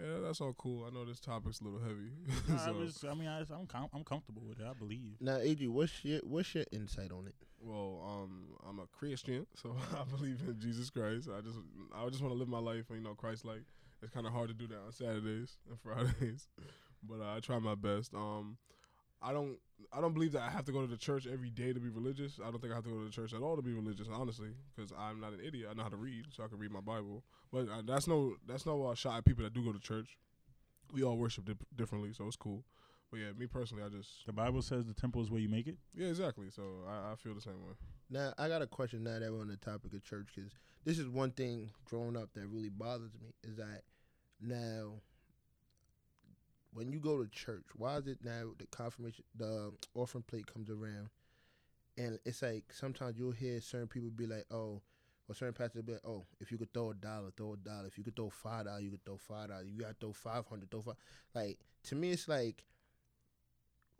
S1: Yeah, that's all cool. I know this topic's a little heavy.
S2: I,
S1: so,
S2: was, I mean, I, I'm com- I'm comfortable with it. I believe.
S3: Now, Adrian, what's your what's your insight on it?
S1: well, um, I'm a Christian, so I believe in Jesus Christ. I just, I just want to live my life, you know, Christ like. It's kind of hard to do that on Saturdays and Fridays, but uh, I try my best. Um, I don't, I don't believe that I have to go to the church every day to be religious. I don't think I have to go to the church at all to be religious, honestly, because I'm not an idiot. I know how to read, so I can read my Bible. But uh, that's no, that's no uh, shot at people that do go to church. We all worship dip- differently, so it's cool. But yeah, me personally, I just,
S2: The Bible says the temple is where you make it.
S1: yeah, exactly. So I, I feel the same way.
S3: Now, I got a question now that we're on the topic of church because this is one thing growing up that really bothers me is that now when you go to church, why is it now the confirmation, the um, offering plate comes around and it's like sometimes you'll hear certain people be like, oh, or certain pastors be like, oh, if you could throw a dollar, throw a dollar. If you could throw five dollars, you could throw five dollars. You got to throw 500, throw five. Like, to me, it's like,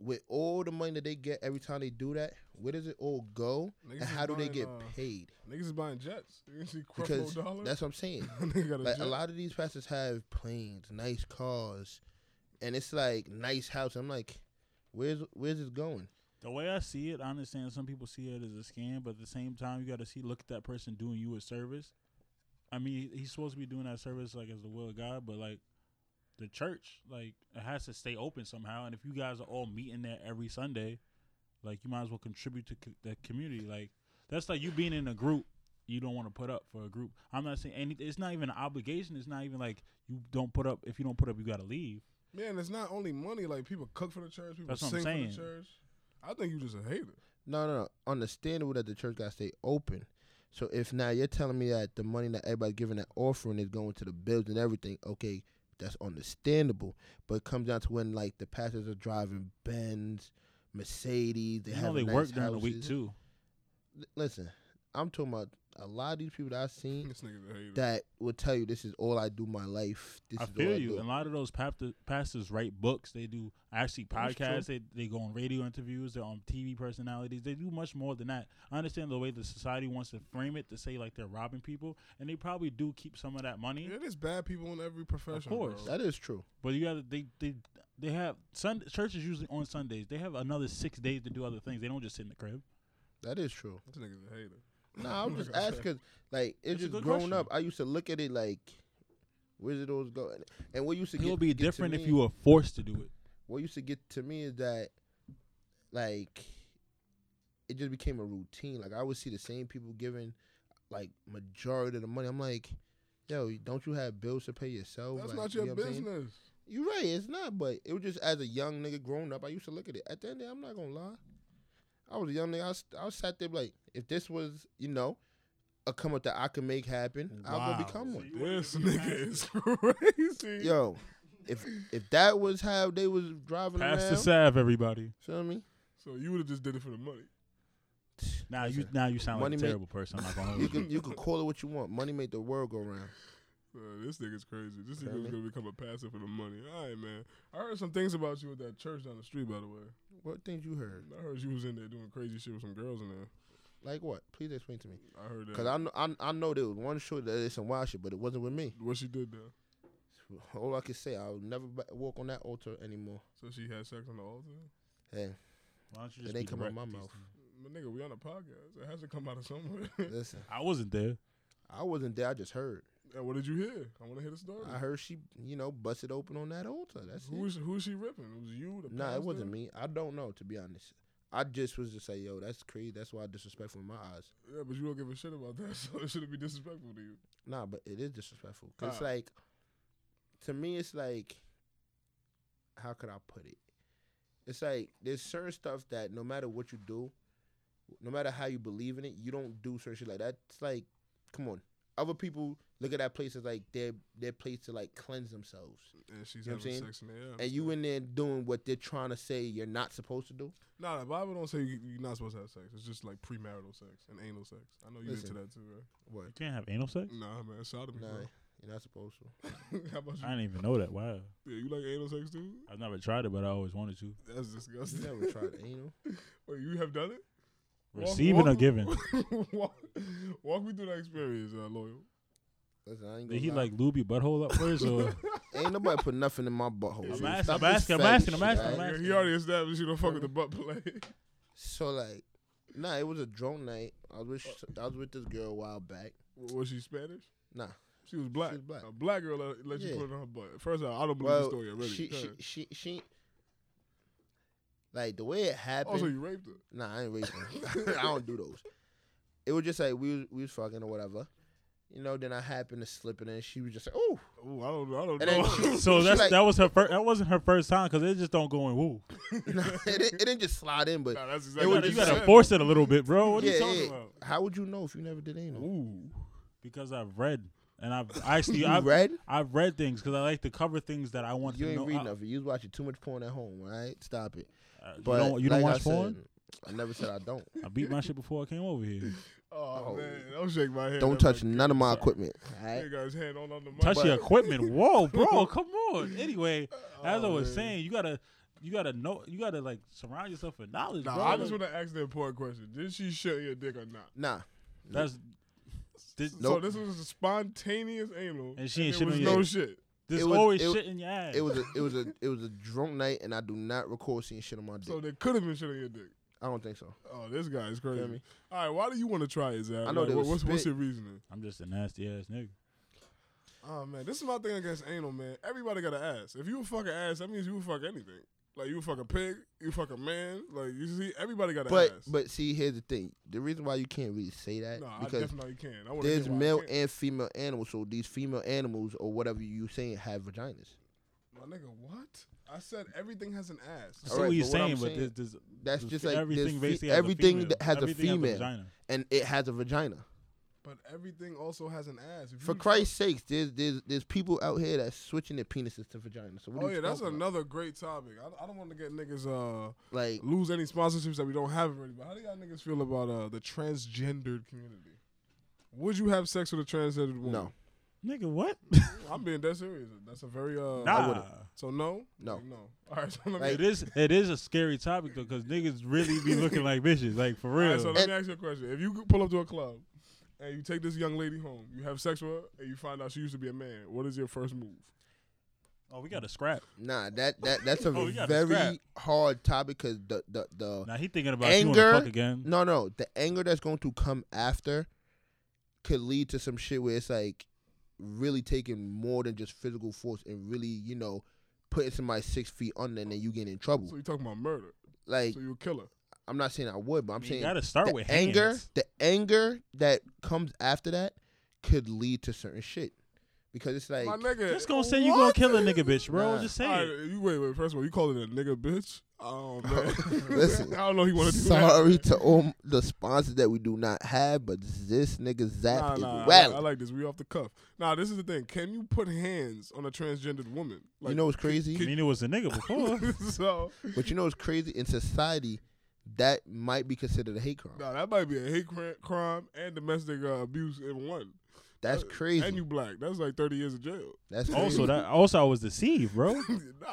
S3: with all the money that they get every time they do that, where does it all go?
S1: Niggas
S3: and
S1: is
S3: how do they
S1: buying,
S3: get
S1: uh,
S3: paid?
S1: Niggas is buying jets. You see Creflo
S3: Because
S1: Dollar?
S3: that's what I'm saying.
S1: Nigga got a
S3: Like a
S1: jet.
S3: lot of these pastors have planes, nice cars, and it's like nice house. I'm like, where's where's this going?
S2: The way I see it, I understand some people see it as a scam, but at the same time, you got to see look at that person doing you a service. I mean, he's supposed to be doing that service like as the will of God, but like the church, like it has to stay open somehow. And if you guys are all meeting there every Sunday, like you might as well contribute to co- the community. Like that's like you being in a group. You don't want to put up for a group. I'm not saying any. It's not even an obligation. It's not even like you don't put up. If you don't put up, you gotta leave.
S1: Man, it's not only money. Like people cook for the church, people
S2: That's what
S1: sing
S2: I'm
S1: for the
S2: saying.
S1: church. I think you just a hater.
S3: No, no, no. Understandable that the church got to stay open. So if now you're telling me that the money that everybody's giving that offering is going to the bills and everything, okay, that's understandable. But it comes down to when like the pastors are driving Benz, Mercedes, they
S2: You know
S3: have
S2: they
S3: nice
S2: work during the week
S3: houses.
S2: too.
S3: L- Listen, I'm talking about a lot of these people that I've seen
S1: This nigga's a hater.
S3: that will tell you this is all I do my life. This
S2: I
S3: is
S2: feel
S3: all
S2: you.
S3: I do.
S2: And a lot of those papt- pastors write books. They do actually
S3: That's true.
S2: podcasts. They they go on radio interviews. They're on TV personalities. They do much more than that. I understand the way the society wants to frame it to say like they're robbing people, and they probably do keep some of that money.
S1: yeah, there's bad people in every profession.
S2: course.
S1: bro.
S3: that is true.
S2: But you got to they they they have Sunday church is usually on Sundays. They have another six days to do other things. They don't just sit in the crib.
S3: That is true.
S1: This nigga's a hater.
S3: No, I'm just
S1: Like I said.
S3: asking. 'cause, Like it's,
S2: It's a
S3: just
S2: good
S3: growing
S2: question.
S3: up, I used to look at it like, where's it all going? And what used to
S2: It
S3: get
S2: would be
S3: get to
S2: different if
S3: me-
S2: you were forced to do it.
S3: What used to get to me is that, like, it just became a routine. Like I would see the same people giving, like, majority of the money. I'm like, yo, don't you have bills to pay yourself?
S1: That's
S3: Like,
S1: not
S3: you
S1: your
S3: know what I'm saying?
S1: business.
S3: You're right, it's not. But it was just as a young nigga growing up, I used to look at it. At the end, of the day, I'm not gonna lie. I was a young nigga. I, was, I was sat there like, if this was, you know, a come up that I could make happen, I'll
S2: Wow.
S3: go become one.
S1: This nigga is crazy.
S3: Yo, if if that was how they was driving
S2: Pastor
S3: around,
S2: Sav, everybody.
S3: feel me?
S1: So you would have just did it for the money.
S2: Now you now you sound
S3: Money
S2: like a
S3: make-
S2: terrible person. I'm not gonna hold
S3: You
S2: you.
S3: could you could call it what you want. Money made the world go round.
S1: Uh, this nigga's crazy. This
S3: Feel
S1: nigga's
S3: me?
S1: gonna become a pastor for the money. All right, man. I heard some things about you at that church down the street, by the way.
S3: What things you heard?
S1: I heard you was in there doing crazy shit with some girls in there.
S3: Like what? Please explain to me.
S1: I heard that.
S3: Cause I know I, I know there was one short that did some wild shit, but it wasn't with me.
S1: what she did there?
S3: All I could say, I'll never ba- walk on that altar anymore.
S1: So she had sex on the altar.
S3: Hey,
S2: Why don't you
S3: it
S2: just
S3: ain't
S2: be
S3: come out
S2: direct
S3: my
S2: with these
S3: mouth.
S2: things?
S1: But nigga, we on a podcast. It has to come out of somewhere.
S3: Listen.
S2: I wasn't there.
S3: I wasn't there. I just heard.
S1: And what did you hear? I want to hear the story.
S3: I heard she, you know, busted open on that altar. That's
S1: Mm. Who
S3: it.
S1: was who was she ripping? It was you? The
S3: Nah,
S1: pastor?
S3: it wasn't me. I don't know, to be honest. I just was just like, yo, that's crazy. That's why disrespectful in my eyes.
S1: Yeah, but you don't give a shit about that, so it shouldn't be disrespectful to you.
S3: Nah, but it is disrespectful. Cause it's
S1: Ah.
S3: like, to me, it's like, how could I put it? It's like there's certain stuff that no matter what you do, no matter how you believe in it, you don't do certain shit like that. It's like, come on. Other people look at that place as like their their place to like cleanse themselves.
S1: And she's
S3: You know what I'm
S1: having
S3: saying?
S1: sex in there.
S3: and you in there doing what they're trying to say you're not supposed to do.
S1: Nah, the Bible don't say you, you're not supposed to have sex. It's just like premarital sex and anal sex. I know you
S3: Listen.
S1: into that too, right?
S3: What?
S2: You can't have anal sex.
S1: Nah, man, sodomy.
S3: Nah,
S1: bro.
S3: You're not supposed to.
S1: How about you?
S2: I didn't even know that. Wow.
S1: Yeah, you like anal sex too?
S2: I've never tried it, but I always wanted to.
S1: That's disgusting.
S3: You never tried anal.
S1: Wait, you have done it? Walk-
S2: Receiving or
S1: walk-
S2: giving?
S1: walk, walk me through that experience, uh, loyal.
S3: Listen, I ain't
S2: Did
S3: gonna
S2: he
S3: lie.
S2: like lube your butthole up first? Or
S3: Ain't nobody put nothing in my butthole.
S2: I'm asking, I'm
S3: Stop this
S2: asking, I'm
S3: faggot
S2: asking, I'm asking,
S3: shit,
S2: I'm
S3: right?
S1: Yeah,
S2: asking.
S1: he already established you don't fuck with the butt play.
S3: So like, nah, it was a drone night. I was with I was with this girl a while back.
S1: was she Spanish?
S3: Nah,
S1: She was black.
S3: was black.
S1: A black girl let, let you
S3: Yeah.
S1: put it on her butt. First of all, I don't believe the
S3: well,
S1: story already.
S3: she,
S1: Go
S3: she
S1: ahead.
S3: she she like the way it happened.
S1: also, you raped her.
S3: Nah, I ain't raising. I don't do those. It was just like we was, we was fucking or whatever. You know, then I happened to slip it in. She was just like, "Oh,
S1: Oh, I don't, I don't
S3: And then
S1: know.
S3: she-
S2: so
S3: She
S2: that's
S3: like-
S2: that was her first. That wasn't her first time because it just don't go in woo.
S3: nah, it, didn't- it didn't just slide in." But
S1: nah, that's
S3: It
S1: exactly
S3: was
S1: what
S2: You
S3: just-
S2: gotta
S1: said.
S2: force it a little bit, bro. What are
S3: Yeah,
S2: you talking
S3: yeah.
S2: about?
S3: how would you know if you never did anal?
S1: Ooh.
S2: Because I've read and I've actually
S3: You
S2: I've,
S3: read?
S2: I've read things because I like to cover things that I want
S3: You
S2: to
S3: ain't
S2: know.
S3: reading
S2: I-
S3: nothing. You was watching too much porn at home. All right, stop it.
S2: uh, you
S3: But
S2: don't, you don't
S3: like I
S2: watch porn?
S3: said, I never said I don't.
S2: I beat my shit before I came over here.
S1: Oh,
S3: Oh.
S1: man, don't shake my hand.
S3: Don't
S1: That
S3: touch none of my
S2: Sorry.
S3: equipment. All
S1: might-
S3: right.
S1: That guy's hand on, on the mic.
S2: Touch
S3: But-
S2: your equipment. Whoa, bro, come on. Anyway, as I
S1: Oh,
S2: was
S1: man.
S2: saying, you gotta you gotta know you gotta like surround yourself with knowledge,
S1: Nah,
S2: bro.
S1: I just want to ask the important question. Did she shut your dick or not?
S3: Nah.
S2: That's this,
S1: So
S3: Nope.
S1: this was a spontaneous anal.
S2: And she
S1: there
S2: ain't shit
S1: was
S2: on
S1: no
S2: your-
S1: shit.
S2: this
S3: it was-
S2: always
S3: it-
S2: shit in your ass.
S3: It was a it was a it was a drunk night, and I do not record seeing shit on my dick.
S1: So there could have been shit on your dick.
S3: I don't think so.
S1: Oh, this guy is crazy.
S3: Feel me?
S1: All right, why do you want to try it, Zach?
S3: I know
S1: Like,
S3: there
S1: what-
S3: was
S1: what's, what's
S3: spit.
S1: your reasoning?
S2: I'm just a nasty ass nigga.
S1: Oh man, this is my thing against anal, man. Everybody got an ass. If you a fucking ass, that means you would fuck anything. Like you would fuck a pig, you fuck a man. Like you see, everybody got an
S3: But
S1: ass.
S3: but see, here's the thing. The reason why you can't really say that
S1: no, I
S3: because
S1: definitely can. I wanna hear
S3: there's
S1: why I
S3: male
S1: can't.
S3: and female animals. So these female animals or whatever you saying have vaginas.
S1: My nigga, what? I said everything has an
S2: I
S1: ass.
S2: see
S3: Alright,
S2: what you're
S3: but what I'm
S2: saying, but
S3: saying-
S2: this, this
S3: That's
S2: this-
S3: just like
S2: everything
S3: everything.
S2: basically has a
S3: everything
S2: female.
S3: that has
S2: Everything
S3: a female
S2: vagina.
S3: and it has a vagina.
S1: But everything also has an ass. If
S3: For
S1: you-
S3: Christ's sakes, there's there's there's people out here that's switching their penises to vaginas. So what
S1: Oh
S3: are you
S1: yeah, that's
S3: talking about?
S1: another great topic. I, I don't want to get niggas uh
S3: Like
S1: lose any sponsorships that we don't have already. But how do y'all niggas feel about uh the transgendered community? Would you have sex with a transgendered woman?
S3: no,
S2: Nigga, what?
S1: I'm being dead serious. That's a very uh.
S2: nah.
S1: So no,
S3: No.
S1: Like, no. All right, so let me.
S3: Like,
S2: It is it is a scary topic though, because niggas really be looking like bitches, like for real.
S1: All right, so let me ask you a question. If you could pull up to a club and you take this young lady home, you have sex with her, and you find out she used to be a man, what is your first move?
S2: oh, we got to scrap.
S3: nah, that that that's a
S2: Oh, you gotta
S3: very
S2: scrap.
S3: hard topic because the the the
S2: Now he thinking about you
S3: Anger?
S2: want to fuck again.
S3: no no the anger that's going to come after could lead to some shit where it's like really taking more than just physical force and really you know putting somebody six feet under and then you get in trouble.
S1: So you talking about murder?
S3: Like
S1: So you a killer?
S3: I'm not saying I would, but I'm
S2: You
S3: saying
S2: gotta start
S3: the
S2: with
S3: anger.
S2: hands.
S3: The anger that comes after that could lead to certain shit because it's like
S1: My nigga,
S2: Just gonna say you gonna
S1: what?
S2: kill a nigga, bitch, bro.
S3: Nah.
S2: Just
S1: All
S2: say
S1: right,
S2: it.
S1: you wait, wait. First of all, you call it a nigga, bitch. Oh man,
S3: Listen,
S1: I don't know. He want to do that.
S3: Sorry to all the sponsors that we do not have, but this nigga Zap
S1: Nah,
S3: is
S1: nah, I like-
S3: wild.
S1: I, like this. We off the cuff. Nah, this is the thing. Can you put hands on a transgendered woman? Like,
S3: you know what's
S2: I
S3: crazy?
S2: mean, it was a nigga before.
S1: so
S3: but you know what's crazy? In society, that might be considered a hate crime.
S1: nah, that might be a hate cri- crime and domestic uh, abuse in one.
S3: That's
S1: Uh,
S3: crazy.
S1: And you black. That's like thirty years of jail.
S3: That's crazy.
S2: also, that also I was deceived, bro.
S1: Nah,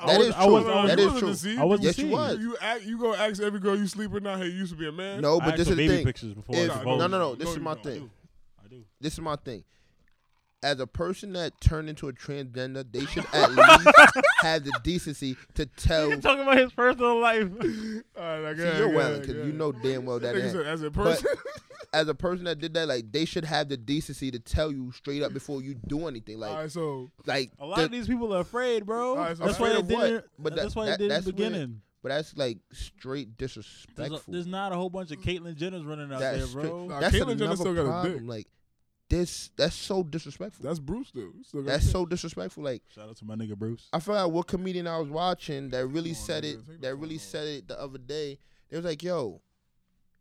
S3: That
S1: was-
S3: is
S1: I was- I was-
S2: true. That
S1: you
S2: is
S1: wasn't
S3: true.
S1: deceived.
S2: I was
S1: You-
S3: Yes, you
S2: deceived.
S3: was.
S1: You, act, you go ask every girl you sleep with now. Hey, you used to be a man.
S3: no,
S2: I
S3: but
S2: asked
S3: this
S2: for
S3: is the
S2: baby
S3: thing.
S2: pictures before.
S3: If-
S2: I
S1: Nah,
S2: divulged.
S3: no, no, no.
S1: you
S3: This
S1: know
S3: is
S1: you
S3: my
S1: don't.
S2: I
S3: thing.
S2: do. I do.
S3: This is my thing. As a person that turned into a transgender, they should at least have the decency to tell. See,
S2: talking about his personal life.
S1: All right, I guess
S3: you're wild because you know damn well that. ain't-
S1: as a person.
S3: As a person that did that, like they should have the decency to tell you straight up before you do anything. Like,
S1: all right, so
S3: like
S2: A lot
S3: the-
S2: of these people are afraid, bro.
S1: Alright, so
S2: that's
S1: afraid
S2: why they
S3: of what?
S2: did it.
S3: But that-
S2: that's why they
S3: that-
S2: did it in
S3: that's
S2: the
S3: what it-
S2: beginning.
S3: But that's like straight
S2: There's, a-
S3: disrespectful.
S2: there's not a whole bunch of Caitlyn Jenner's running out
S3: that's
S2: there,
S3: straight-
S2: bro.
S1: Nah,
S3: that's
S1: Caitlyn Jenner
S3: another
S1: still got a
S3: problem.
S1: dick.
S3: Like this, that's so disrespectful.
S1: that's Bruce though. He still got
S3: That's
S1: a
S3: so disrespectful. Like
S2: Shout out to my nigga Bruce.
S3: I forgot what comedian I was watching that really
S1: on,
S3: said
S1: nigga. Take
S3: it.
S1: the
S3: That
S1: phone
S3: really
S1: off.
S3: said it the other day. It was like, yo.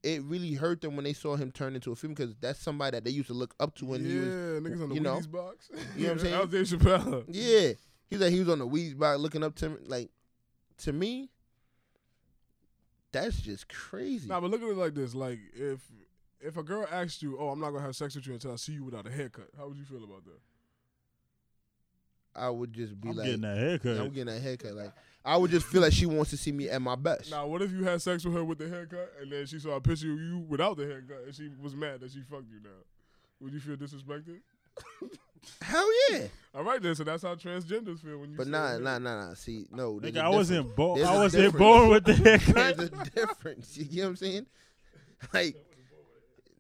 S3: It really hurt them when they saw him turn into a film because that's somebody that they used to look up to when
S1: yeah,
S3: he was.
S1: niggas on the
S3: you know?
S1: Wheaties box.
S3: You know what I'm saying?
S1: That was Dave Chappelle.
S3: Yeah, he's like he was on the weeds by looking up to him. Like to me, that's just crazy.
S1: Nah, but look at it like this: like if if a girl asked you, "Oh, I'm not gonna have sex with you until I see you without a haircut," how would you feel about that?
S3: I would just be
S2: I'm
S3: like,
S2: getting that haircut.
S3: I'm getting a haircut. Like I would just feel like she wants to see me at my best.
S1: Now, what if you had sex with her with the haircut, and then she saw a picture of you without the haircut, and she was mad that she fucked you now? Would you feel disrespected?
S3: Hell yeah!
S1: All right, then. So that's how transgenders feel when you.
S3: But
S1: say
S3: nah,
S1: that.
S3: nah, nah, nah. See, no, there's
S2: Nigga,
S3: a
S2: I wasn't born.
S3: There's
S2: I
S3: a
S2: wasn't
S3: difference.
S2: born with the
S3: difference.
S2: haircut.
S3: There's a difference. You get what I'm saying? Like,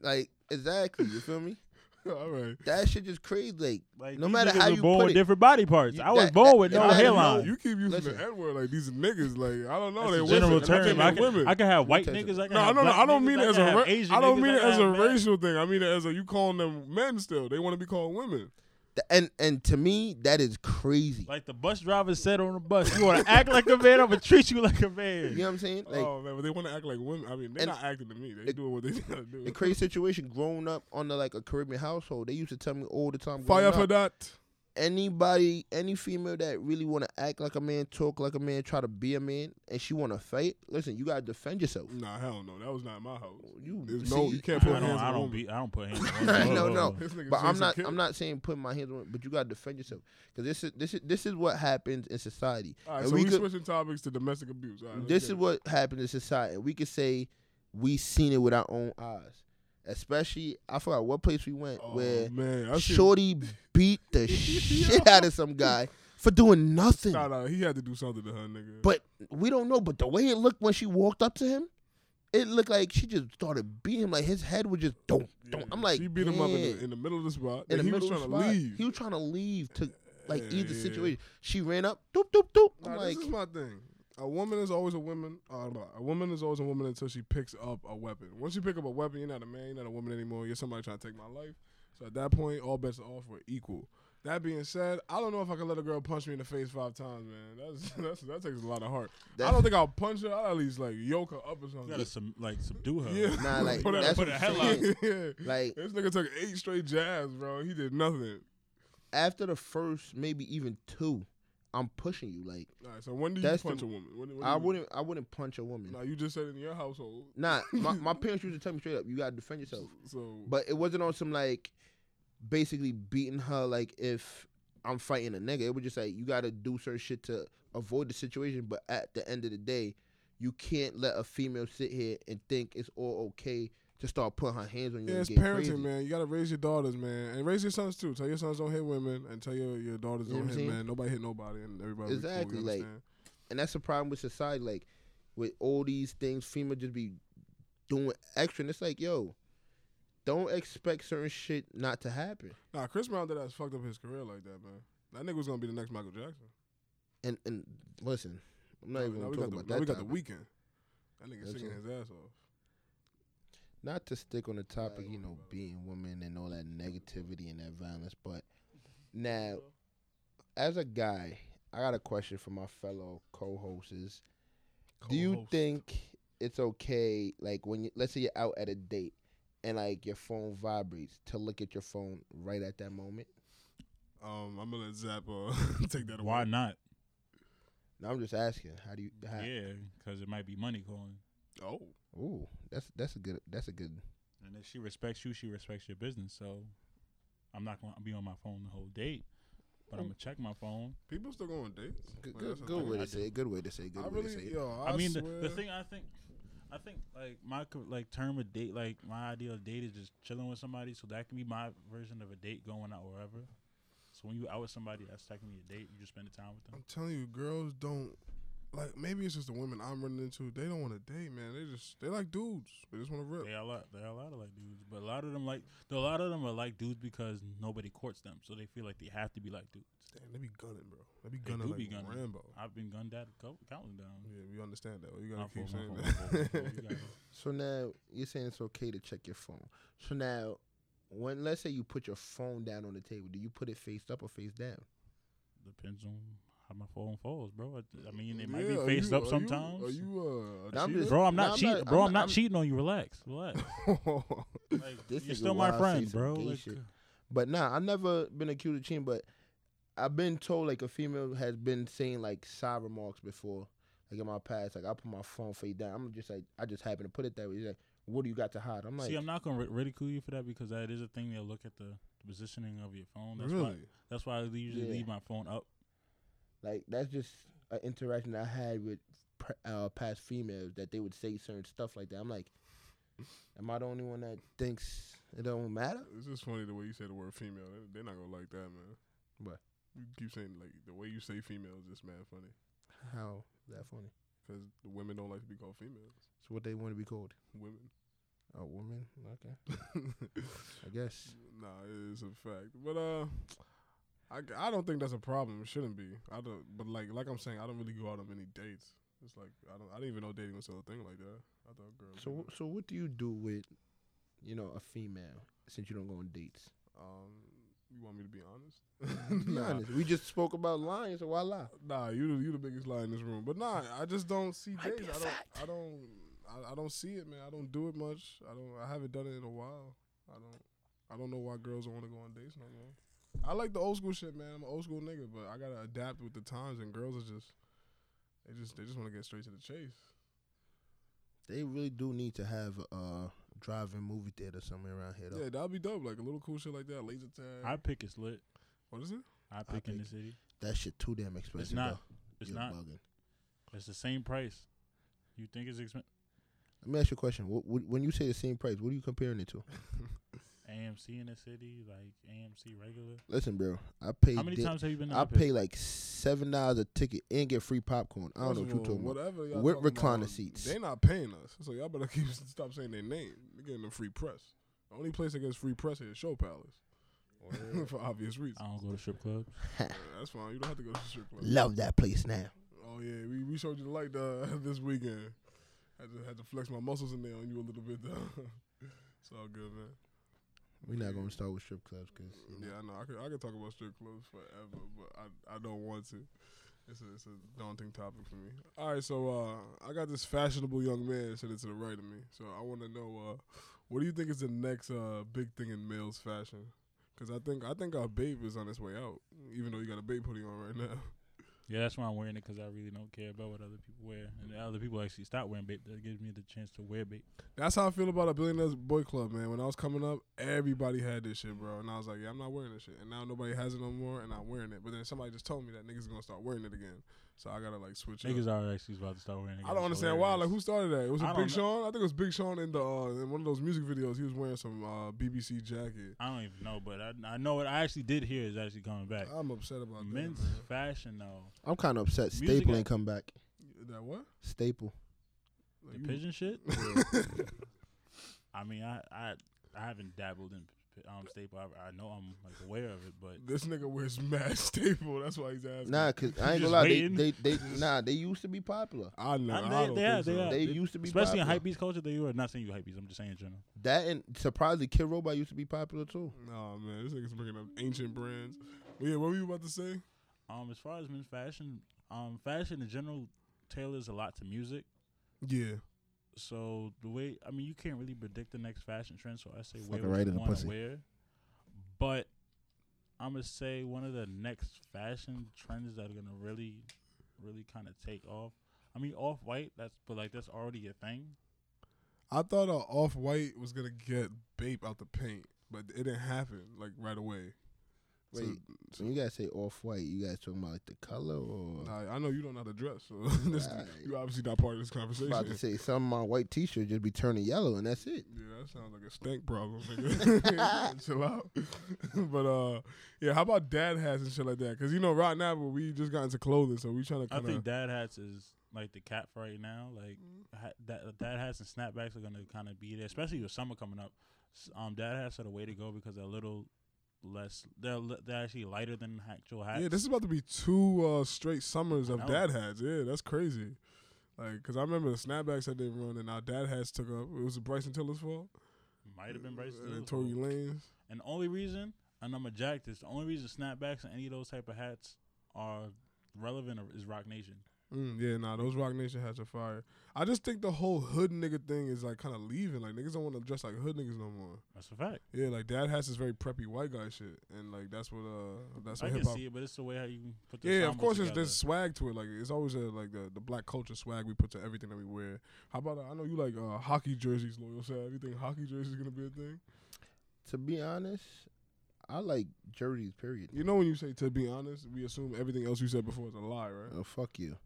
S3: like exactly. You feel me?
S1: All right.
S3: That shit just crazy. Like,
S2: Like,
S3: no
S2: these
S3: matter
S2: niggas
S3: how
S2: was
S3: you
S2: born
S3: put
S2: with
S3: it-
S2: different body parts.
S3: You-
S2: I was
S3: that-
S2: born
S3: that-
S2: with
S3: that-
S2: no
S3: that-
S2: hairline.
S1: You keep using
S3: Listen.
S1: the N word like these niggas. Like I don't know.
S2: That's
S1: they
S2: a
S1: women.
S2: general
S1: They're
S2: term.
S1: taking
S2: I can,
S1: women.
S2: I can have white
S3: Let me tell you
S2: niggas. I can
S1: No,
S2: have
S1: no, no.
S2: black
S1: I don't
S2: niggas,
S1: mean
S2: I
S1: it as
S2: can
S1: a
S2: have
S1: ra-
S2: Asian
S1: I don't
S2: niggas,
S1: mean it
S2: can
S1: as a
S2: have black-
S1: racial thing. I mean it as a you calling them men still. They want to be called women.
S3: th- and and to me, that is crazy.
S2: Like the bus driver said on the bus, you want to act like a man, I'm gonna treat you like a
S3: You
S2: man.
S3: know what I'm saying? Like
S1: oh man, but they want to act like women. I mean, they're
S3: And-
S1: not acting to me. They
S3: it-
S1: doing what they gotta do.
S3: the crazy situation. Growing up under like a Caribbean household, they used to tell me all the time. growing
S1: Fire
S3: up,
S1: for that.
S3: anybody, any female that really want to act like a man, talk like a man, try to be a man, and she want to fight, listen, you gotta defend yourself.
S1: Nah, hell no. That was not in my house.
S3: You
S1: There's no.
S3: see-
S1: You can't
S2: I
S1: put
S2: don't,
S1: hands
S2: I
S1: on a
S2: don't
S1: woman.
S2: be, I don't put hands. on women.
S3: no,
S2: Whoa,
S3: no,
S2: whoa.
S1: This nigga
S3: but I'm
S1: Jason
S3: not.
S1: Kidd.
S3: I'm not saying putting my hands on it. But you gotta defend yourself because this is this is this is what happens in society.
S1: All right,
S3: And
S1: so
S3: we
S1: we,
S3: could-
S1: switching topics to domestic abuse. All right, let's
S3: this
S1: get
S3: is
S1: it.
S3: what happens in society. We could say we seen it with our own eyes. Especially, I forgot what place we went
S1: Oh,
S3: where
S1: man, I seen-
S3: Shorty beat the shit out of some guy for doing nothing.
S1: Nah, nah, he had to do something to her, nigga.
S3: But we don't know. But the way it looked when she walked up to him, it looked like she just started beating him. Like his head was just don't,
S1: Yeah,
S3: don't. I'm like,
S1: she beat him up in
S3: yeah.
S1: the, in the middle of the spot. and
S3: in the
S1: he was
S3: middle
S1: trying
S3: of
S1: to
S3: the spot.
S1: leave.
S3: He was trying to leave to like
S1: Yeah,
S3: either
S1: yeah.
S3: situation. She ran up, doop doop doop. I'm
S1: Nah,
S3: like,
S1: this is my thing. A woman is always a woman. Uh, no, a woman is always a woman until she picks up a weapon. Once you pick up a weapon, you're not a man. You're not a woman anymore. You're somebody trying to take my life. So at that point, all bets are off. We're equal. That being said, I don't know if I can let a girl punch me in the face five times, man. That's, that's that takes a lot of heart. I
S3: That's-
S1: don't think I'll punch her. I'll at least like yoke her up or
S2: You
S1: something.
S2: gotta sub, like subdue her.
S1: Yeah.
S3: Nah, like,
S1: Put her-
S3: that's
S1: put
S3: what
S1: her
S3: I'm
S1: headlock.
S3: saying.
S1: Yeah.
S3: like
S1: This nigga took eight straight jabs, bro. He did nothing.
S3: after the first maybe even two, I'm pushing you. Like
S1: All right, so when do you
S3: That's the-
S1: punch a woman? When, when do
S3: I
S1: you-
S3: wouldn't, I wouldn't punch a woman.
S1: Nah, you just said in your household.
S3: Nah, my, my parents used to tell me straight up, you gotta defend yourself.
S1: So
S3: But it wasn't on some like basically beating her like if I'm fighting a nigga. It was just like you gotta do certain shit to avoid the situation. But at the end of the day, you can't let a female sit here and think it's all okay to start putting her hands on you.
S1: yeah,
S3: and
S1: it's
S3: get
S1: parenting,
S3: crazy.
S1: man. You gotta raise your daughters, man, and raise your sons too. Tell your sons don't hit women, and tell your, your daughters
S3: You know
S1: don't
S3: what I'm
S1: hit
S3: saying?
S1: men. Nobody hit nobody, and everybody. be cool, you
S3: Exactly, like,
S1: understand?
S3: And that's the problem with society. Like with all these things, female just be doing extra, and it's like, yo, don't expect certain shit not to happen.
S1: nah, Chris Brown did that fucked up his career like that, man. That nigga was gonna be the next Michael Jackson.
S3: And and listen, I'm not
S1: Now-
S3: even
S1: now
S3: gonna
S1: we
S3: talk
S1: got the,
S3: about
S1: now
S3: that.
S1: we got the
S3: topic.
S1: weekend. That nigga
S3: That's
S1: singing
S3: it.
S1: his ass off.
S3: not to stick on the topic, you know, being women and all that negativity and that violence, but now, as a guy, I got a question for my fellow co-hosts. Do you
S1: Co-host.
S3: think it's okay, like when you, let's say you're out at a date and like your phone vibrates, to look at your phone right at that moment?
S1: Um, I'm gonna let Zap uh, take that away.
S2: Why not?
S3: Now I'm just asking, how do you? How,
S2: Yeah, because it might be money calling.
S1: Oh,
S3: Ooh, that's that's a good that's a good.
S2: And if she respects you, she respects your business. So I'm not gonna be on my phone the whole date, but I'm gonna check my phone.
S1: people still going on dates.
S3: Good,
S1: Like, that's
S3: good,
S1: a
S3: good
S1: thing.
S3: way
S2: I
S3: to say. it, Good way to say. it, Good
S1: I
S3: way to
S1: really,
S3: say. it.
S1: yo, I,
S2: I, mean, the,
S1: swear.
S2: the thing I think, I think like my co- like term of date, like my ideal date is just chilling with somebody. So that can be my version of a date going out wherever. So when you out with somebody, that's technically a date. You just spend the time with them.
S1: I'm telling you, girls don't like. Maybe it's just the women I'm running into. They don't want to date, man. They just they like dudes. They just want to rip.
S2: They are a lot. They are a lot of like dudes, but a lot of them like a lot of them are like dudes because nobody courts them, so they feel like they have to be like dudes.
S1: Damn, they be gunning, bro. They be
S2: They
S1: gunning
S2: do
S1: like
S2: be gunning.
S1: Rambo.
S2: I've been gunned down, a couple- counting down.
S1: Yeah, we understand that. You
S2: My
S1: gotta keep
S2: fault, my
S1: saying
S2: fault, my fault, my
S1: that.
S2: fault. You got it.
S3: So now you're saying it's okay to check your phone. So now, when let's say you put your phone down on the table, do you put it face up or face down?
S2: Depends on how my phone falls, bro. I- I mean, it might
S1: Yeah,
S2: be
S1: are
S2: faced
S1: you-
S2: up
S1: are you-
S2: sometimes.
S1: Are you, uh, a
S3: Nah, I'm just-
S1: cheater?
S2: bro, I'm
S3: Nah,
S2: not
S3: I'm
S2: cheating.
S3: not-
S2: bro,
S3: I'm
S2: I'm,
S3: not-
S2: not
S3: I'm-
S2: cheating on you. Relax, relax. Like,
S3: This
S2: you're
S3: nigga
S2: still my
S3: wild say
S2: friend,
S3: some
S2: bro.
S3: gay
S2: Like,
S3: shit. But nah, I've never been accused of cheating, but I've been told like a female has been saying like side remarks before, like in my past. Like I put my phone face down. I'm just like I just happen to put it that way. He's like, what do you got to hide? I'm like,
S2: see, I'm not gonna ri- ridicule you for that because that is a thing. They'll look at the the positioning of your phone. That's why.
S1: Really?
S2: That's why I usually
S3: Yeah.
S2: leave my phone up.
S3: Like that's just an interaction I had with pr- uh, past females that they would say certain stuff like that. I'm like, am I the only one that thinks it don't matter?
S1: It's just funny the way you say the word female. They- They're not gonna like that, man.
S3: What?
S1: You keep saying like the way you say female is just mad funny
S3: How is that funny?
S1: because the women don't like to be called females.
S3: So what they want to be called?
S1: Women.
S3: A woman? Okay, I guess.
S1: nah, it is a fact. But uh, I, g- I don't think that's a problem. It shouldn't be. I don't. But like like I'm saying, I don't really go out on many dates. It's like I don't. I didn't even know dating was still a thing like that. I thought girls.
S3: So wh- so what do you do with, you know, a female since you don't go on dates?
S1: um, you want me to be honest?
S3: Be honest. We just spoke about lying, so why lie?
S1: Nah, you the- you the biggest lie in this room. But nah, I just don't see
S3: Might
S1: days.
S3: be a
S1: I don't
S3: fact.
S1: I don't I, I don't see it, man. I don't do it much. I don't I haven't done it in a while. I don't I don't know why girls don't want to go on dates no more. I like the old school shit, man. I'm an old school nigga, but I gotta adapt with the times and girls are just they just they just wanna get straight to the chase.
S3: They really do need to have a uh, drive-in movie theater somewhere around here. Though.
S1: Yeah, that'd be dope. Like a little cool shit like that, laser tag.
S2: I pick is lit.
S1: what is it?
S2: I pick in the
S3: pick.
S2: city.
S3: That shit too damn expensive.
S2: It's not.
S3: though.
S2: It's
S3: You're
S2: not.
S3: bugging.
S2: It's the same price. You think it's expensive?
S3: Let me ask you a question. What, what, when you say the same price, what are you comparing it to?
S2: AMC in the city, like AMC regular.
S3: Listen, bro. I pay.
S2: How many
S3: di-
S2: times have you been? to
S3: I
S2: the pit?
S3: pay like seven dollars a ticket and get free popcorn. I don't know
S1: First
S3: what
S1: of
S3: you
S1: all,
S3: talking about.
S1: Whatever y'all
S3: With
S1: talking about,
S3: recliner seats.
S1: They not paying us, so y'all better keep stop saying their name. They getting them free press. The only place that gets free press here is Show Palace, for obvious reasons.
S2: I don't go to strip clubs.
S1: Uh, That's fine. You don't have to go to the strip club.
S3: Love that place now.
S1: Oh yeah, we, we showed you the light uh, this weekend. Had to had to flex my muscles in there on you a little bit though. it's all good, man.
S3: We're not gonna start with strip clubs because
S1: Mm, Yeah, I know. I could I could talk about strip clubs forever, but I I don't want to. It's a, it's a daunting topic for me. All right, so uh, I got this fashionable young man sitting to the right of me. So I want to know, uh, what do you think is the next uh, big thing in males fashion? Because I think I think our babe is on his way out, even though you got a babe hoodie on right now.
S2: Yeah, that's why I'm wearing it because I really don't care about what other people wear, and other people actually stop wearing bait. That gives me the chance to wear bait.
S1: That's how I feel about a billionaires boy club, man. When I was coming up, everybody had this shit, bro, and I was like, yeah, I'm not wearing this shit. And now nobody has it no more, and I'm wearing it. But then somebody just told me that niggas gonna start wearing it again, so I gotta like switch. up.
S2: Niggas are actually about to start wearing it.
S1: I don't understand why. Like, who started that? It was
S2: I
S1: it
S2: don't
S1: Big
S2: kn-
S1: Sean. I think it was Big Sean in the uh, in one of those music videos. He was wearing some uh, BBC jacket.
S2: I don't even know, but I, I know what I actually did hear is actually coming back.
S1: I'm upset about that.
S2: Men's
S1: Oh, man.
S2: fashion though,
S3: I'm kind of upset.
S2: Music
S3: Staple
S2: at-
S3: ain't come back.
S1: That what?
S3: Staple.
S1: Like,
S2: the
S1: you-
S2: pigeon shit.
S1: Yeah.
S2: I mean, I I, I haven't dabbled in p- um staple. I, I know I'm like aware of it, but
S1: this nigga wears mad staple. That's why he's asking.
S3: Nah, cause I ain't
S2: just
S3: gonna lie. They,
S2: waiting.
S3: they, they, nah, they used to be popular.
S1: I know.
S2: I-
S1: I,
S2: they-
S1: don't
S2: they
S1: think so.
S2: are- they are. Yeah,
S3: they
S2: it-
S3: used to be
S2: especially in
S3: popular.
S2: hypebeast culture, they are not saying you hypebeast. I'm just saying in general.
S3: That and surprisingly, Kid Robot used to be popular too.
S1: Nah, man, this nigga's bringing up ancient brands. But yeah, what were you about to say?
S2: Um, as far as men's fashion, um, fashion in general tailors a lot to music.
S1: Yeah,
S2: So the way I mean, you can't really predict the next fashion trend. So I say wear
S3: Fucking
S2: what
S3: right
S2: you
S3: in the
S2: want to
S3: pussy.
S2: wear. But I'm gonna say one of the next fashion trends that are gonna really, really kind of take off. I mean, off white. That's but like that's already a thing.
S1: I thought uh, Off White was gonna get Bape out the paint, but it didn't happen like right away. So-
S3: Wait,
S1: so-
S3: When you guys say off white, you guys talking about like the color or?
S1: Nah, I know you don't know how to dress, so this,
S3: Right.
S1: you obviously not part of this
S3: I'm
S1: conversation.
S3: about to say some of my white T-shirt just be turning yellow, and that's it.
S1: Yeah, that sounds like a stink problem. nigga. Chill out. but uh, yeah, how about dad hats and shit like that? Because you know, right now, but we just got into clothing, so we trying to
S2: I
S1: kind
S2: think
S1: of.
S2: dad hats is like the cap for right now. Like ha- that dad hats and snapbacks are gonna kind of be there, especially with summer coming up. S- Um, dad hats are the way to go because they're a little less. They're li- they're actually lighter than actual hats.
S1: Yeah, this is about to be two uh, straight summers
S2: I
S1: of
S2: know.
S1: dad hats. Yeah, that's crazy. Like, cause I remember the snapbacks that they run, and our dad hats took up. It was Bryson Tiller's fault.
S2: might have been Bryce.
S1: and then Tory
S2: Till's fault.
S1: Lanez.
S2: And the only reason, and I'm a jack this, the only reason snapbacks and any of those type of hats are relevant is Rock Nation.
S1: Mm, yeah, nah, those Rock Nation hats are fire. I just think the whole hood nigga thing is like kind of leaving. Like niggas don't want to dress like hood niggas no more.
S2: That's a fact.
S1: Yeah, like dad hats is very preppy white guy shit, and like that's what uh that's
S2: I
S1: what
S2: can
S1: hip hop.
S2: see it, but it's the way how you put the
S1: Yeah, of
S2: ensemble
S1: course, there's,
S2: together.
S1: there's swag to it. Like it's always a, like the, the black culture swag we put to everything that we wear. How about uh, I know you like uh, hockey jerseys, loyal. So you think hockey jerseys gonna be a thing?
S3: To be honest, I like jerseys. Period.
S1: You know when you say to be honest, we assume everything else you said before is a lie, right?
S3: Oh fuck you,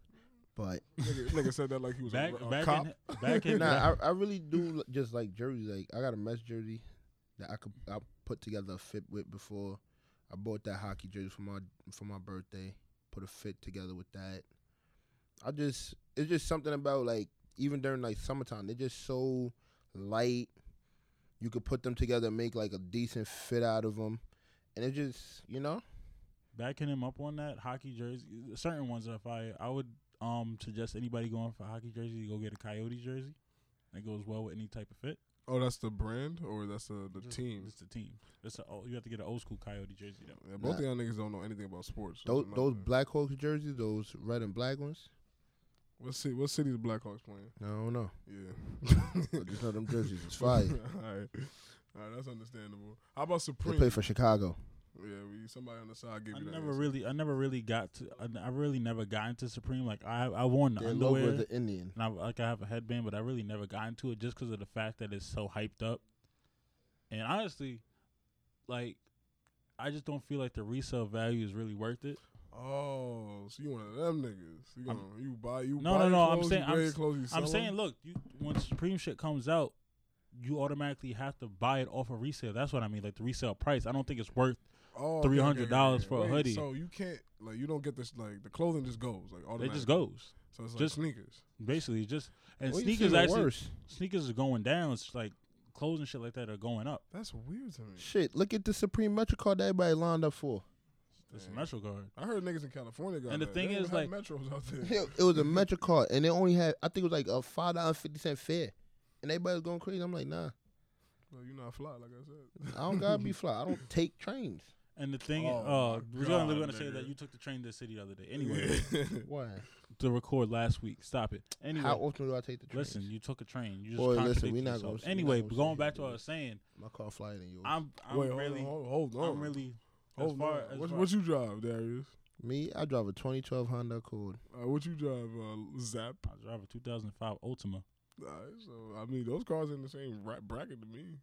S3: but
S1: nigga, nigga said that like he was
S2: Back,
S1: a, a
S2: back,
S1: cop.
S2: in, back in,
S3: nah, I, I really do li- just like jerseys. Like I got a Mets jersey that I could I put together a fit with before. I bought that hockey jersey for my for my birthday. Put a fit together with that. I just it's just something about like even during like summertime they're just so light. You could put them together and make like a decent fit out of them, and it just you know
S2: backing him up on that hockey jersey. Certain ones, if I I would um suggest anybody going for hockey jersey to go get a Coyote jersey. That goes well with any type of fit.
S1: Oh, that's the brand or that's the, the
S2: Just-
S1: team.
S2: It's the team. It's a, you have to get an old school Coyote jersey though.
S1: Yeah, both
S3: Nah.
S1: of y'all niggas don't know anything about sports. so
S3: those
S1: it's not
S3: those
S1: bad.
S3: Black Hawks jerseys, those red and black ones.
S1: What city? What city the Blackhawks playing?
S3: I don't know.
S1: Yeah.
S3: I just know them jerseys is fire.
S1: All right. All right, that's understandable. How about
S3: They
S1: Supreme?
S3: play for Chicago.
S1: yeah, we, somebody on the side gave
S2: I
S1: you that.
S2: never
S1: answer.
S2: really, I never really got to. I, I really never got into Supreme. Like I, I wore the
S3: Their
S2: underwear,
S3: logo is the Indian.
S2: and I like I have a headband, but I really never got into it just because of the fact that it's so hyped up. And honestly, like I just don't feel like the resale value is really worth it.
S1: Oh, so you one of them niggas? You,
S2: I'm-
S1: gonna- you buy you
S2: No,
S1: buy
S2: no,
S1: your
S2: no, I'm
S1: clothes,
S2: saying-
S1: you
S2: I'm
S1: wear your
S2: s-
S1: clothes, you
S2: I'm
S1: sell
S2: saying,
S1: 'em?
S2: look, you, when Supreme shit comes out, you automatically have to buy it off a resale. That's what I mean, like the resale price. I don't think it's worth.
S1: oh,
S2: $300 for a
S1: Wait,
S2: hoodie.
S1: So you can't like you don't get this like the clothing just goes like all
S2: It just goes.
S1: So it's like
S2: Just-
S1: sneakers.
S2: Basically, it's just and
S3: Well, you
S2: sneakers
S3: see the
S2: actually
S3: worst.
S2: sneakers are going down. It's like clothes and shit like that are going up.
S1: That's weird to me.
S3: Shit, look at the Supreme Metro card that everybody lined up for.
S2: It's
S1: Damn.
S2: a Metro card.
S1: I heard niggas in California got
S2: And the
S1: that.
S2: thing
S1: They don't
S2: is,
S1: have
S2: like-
S1: metros out there.
S3: Hell, it was a Metro card, and they only had I think it was like a five dollar fifty cent fare, and everybody was going crazy. I'm like, nah,
S1: Well, you not fly, like I said.
S3: I don't gotta be fly. I don't take trains.
S2: And the thing,
S1: Oh,
S2: uh,
S1: my
S2: was you only
S1: God,
S2: going to say
S1: nigga.
S2: that you took the train to the city the other day? Anyway,
S3: Why?
S2: to record last week. Stop it. Anyway,
S3: How often do I take the train?
S2: listen, you took a train. You just
S3: Boy, listen,
S2: contradicted
S3: we not
S2: yourself.
S3: gonna- we not
S2: anyway,
S3: gonna
S2: going
S3: sit
S2: back
S3: here
S2: to what I was saying,
S3: my car flyer than yours.
S2: I'm I'm
S1: Wait,
S2: really
S1: hold on, hold on.
S2: I'm really as
S1: Hold on.
S2: far as
S1: what,
S2: far-
S1: what you drive, Darius?
S3: Me, I drive a 2012 Honda Accord.
S1: Uh, what you drive, uh, Zap?
S2: I drive a 2005 Ultima.
S1: All right, so I mean, those cars in the same ra- bracket to me.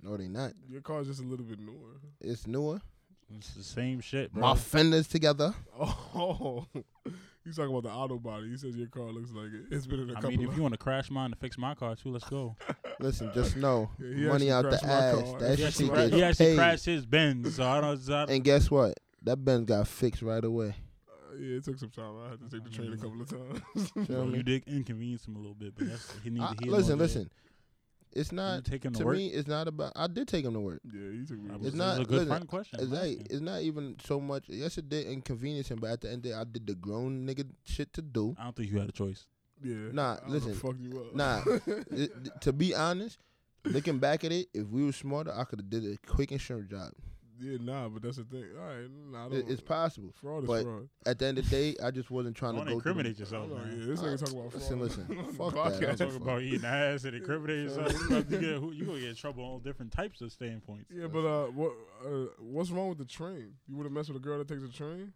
S3: No, they not.
S1: Your car's just a little bit newer.
S3: It's newer.
S2: It's the same shit, bro.
S3: My fenders together.
S1: Oh, you talking about the auto body? He says your car looks like it. It's been in a
S2: I
S1: couple.
S2: mean, if
S1: of,
S2: you want to crash mine to fix my car too, let's go.
S3: Listen, just know
S1: Yeah, he actually
S3: money out the
S1: crashed my
S3: ass.
S1: car.
S3: That
S1: He
S2: He
S1: actually
S2: actually,
S3: shit
S2: cra-
S3: gets
S2: he actually
S3: paid.
S2: crashed his Benz, so I don't. So I don't
S3: And guess what? That Benz got fixed right away.
S1: uh, yeah, it took some time. I had to take the train a couple of times.
S3: Feel
S2: Bro,
S3: me?
S2: you did inconvenience him a little bit, but that's he needed.
S3: I-
S2: he
S3: listen,
S2: wanted-
S3: listen. It's
S2: You
S3: not
S2: taking the
S3: to
S2: work.
S3: me. It's not about. I did take him to work.
S1: yeah, you took me.
S2: I
S1: to
S2: was-
S1: work.
S2: this
S3: It's
S2: is
S3: not-
S2: a good
S3: listen,
S2: fun question. I'm
S3: It's like
S2: asking.
S3: it's not even so much. Yes, it did inconvenience him, but at the end of the day, I did the grown nigga shit to do.
S2: I don't think you had a choice.
S1: Yeah.
S3: Nah,
S1: I would've
S3: listen.
S1: Fucked you up.
S3: Nah, Th- th- to be honest, looking back at it, if we were smarter, I could have did a quick insurance job.
S1: yeah, nah. But that's the thing. All right, nah. I
S3: It-
S1: don't,
S3: it's possible.
S1: fraud is
S3: but
S1: fraud.
S3: At the end of the day, I just wasn't trying to
S2: Don't
S3: go. through
S2: incriminate
S3: the-
S2: yourself,
S1: I know,
S2: man.
S1: yeah, this
S3: Alright,
S1: nigga talking about
S3: listen,
S1: fraud.
S3: listen,
S1: on the
S3: fuck that,
S1: podcast.
S3: that's
S2: Talk about eating ass and incriminating yourself. You about to get- who- You gonna get in trouble on all different types of standpoints.
S1: Yeah, but uh, what uh, what's wrong with the train? You would have messed with a girl that takes a train?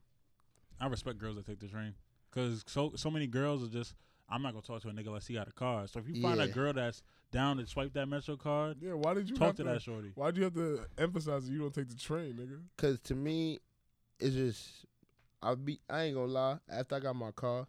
S2: I respect girls that take the train because so so many girls are just. I'm not gonna talk to a nigga unless he got a car. So if you find a
S3: Yeah.
S2: girl that's down to swipe that Metro card,
S1: Yeah, why did you
S2: talk
S1: have
S2: to that shorty.
S1: Why'd you have to emphasize that you don't take the train, nigga?
S3: Cause to me, it's just I be I ain't gonna lie. After I got my car,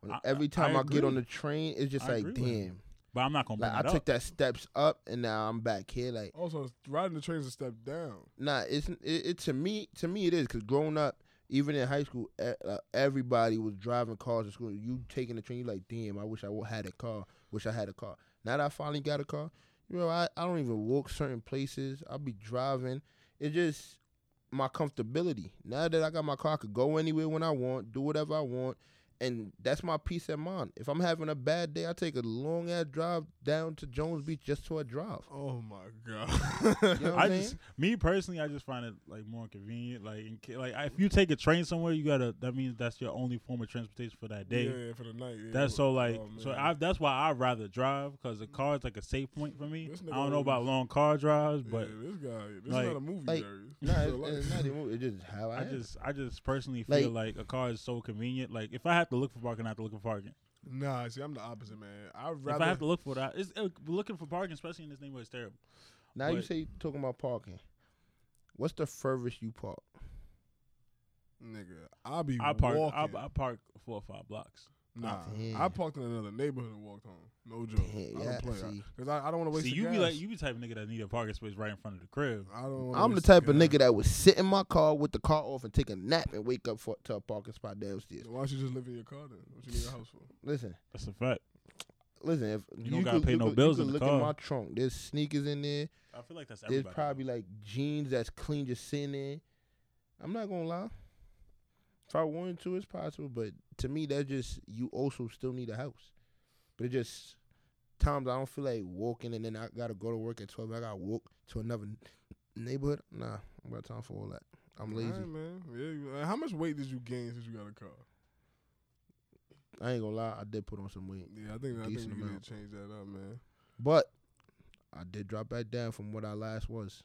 S3: when
S2: I- I-
S3: every time
S2: I
S3: I, get
S2: agree.
S3: on the train, it's just
S2: I
S3: like
S2: agree with you.
S3: damn.
S2: But I'm not gonna bring
S3: Like I
S2: it
S3: took
S2: up.
S3: that steps up, and now I'm back here. Like
S1: Also, riding the train is a step down.
S3: nah, it's it, it to me to me it is because growing up, even in high school, e- uh, everybody was driving cars to school. You taking the train, you like damn. I wish I wa- had a car. Wish I had a car. Now that I finally got a car, you know I I don't even walk certain places. I'll be driving. It just my comfortability. Now that I got my car, I could go anywhere when I want, do whatever I want, and that's my peace of mind. If I'm having a bad day, I take a long ass drive down to Jones Beach just to a drive.
S1: Oh my god.
S3: You know what
S2: I
S3: I'm saying?
S2: just me personally, I just find it like more convenient. Like in, ca- like if you take a train somewhere, you gotta. That means that's your only form of transportation for that day.
S1: Yeah, yeah, for the night. yeah.
S2: That's so like
S1: Oh,
S2: so.
S1: man.
S2: I, that's why I rather drive because the car is like a safe point for me.
S1: This
S2: I
S1: nigga
S2: don't know about
S1: always-
S2: long car drives,
S1: Yeah,
S2: but
S1: this guy, this
S2: like-
S1: is not a movie,
S3: like,
S1: Darius.
S3: No,
S1: This is
S3: it's,
S1: real
S3: it's
S1: life.
S3: not even. It's just how I,
S2: I
S3: am.
S2: just I just personally feel like, a car is so convenient. Like if I have to look for parking, I have to look for parking.
S1: Nah, see, I'm the opposite, man. I'd
S2: if I
S1: rather.
S2: have to look for that, it's uh, looking for parking, especially in this neighborhood, is terrible.
S3: now you
S2: but-
S3: say you talking about parking. What's the furthest you park?
S1: Nigga, I be
S2: I park. I,
S1: walking.
S2: I park four or five blocks.
S1: nah,
S3: Damn.
S1: I parked in another neighborhood and walked home. No joke.
S3: Damn,
S1: I
S3: yeah,
S1: don't play
S3: see.
S1: because I, I don't want to waste.
S2: See,
S1: the
S2: you
S1: gas.
S2: be like, you be type of nigga that need a parking space right in front of the crib.
S1: I don't. wanna
S3: I'm the
S1: waste
S3: type of
S1: gas.
S3: nigga that would sit in my car with the car off and take a nap and wake up for, to a parking spot downstairs.
S1: Then Why don't you just live in your car then? What you need a house for?
S3: Listen,
S2: That's a fact.
S3: listen. If
S2: You don't gotta pay no
S3: you
S2: bills in
S3: could
S2: the
S3: look
S2: car.
S3: in my trunk. There's sneakers in there.
S2: I feel like that's
S3: There's
S2: everybody.
S3: probably like jeans that's clean just sitting there. I'm not gonna lie. If I wanted to, it's possible. But to me, that just you also still need a house. But it just times I don't feel like walking, and then I gotta go to work at twelve. I gotta walk to another n- neighborhood. Nah, I got time for all that. I'm lazy.
S1: All right, man. Yeah. you- uh, How much weight did you gain since you got a car?
S3: I ain't gonna lie. I did put on some weight,
S1: Yeah, I think I think
S3: Decent
S1: you need
S3: amount.
S1: to change that up, man.
S3: but I did drop back down from what I last was.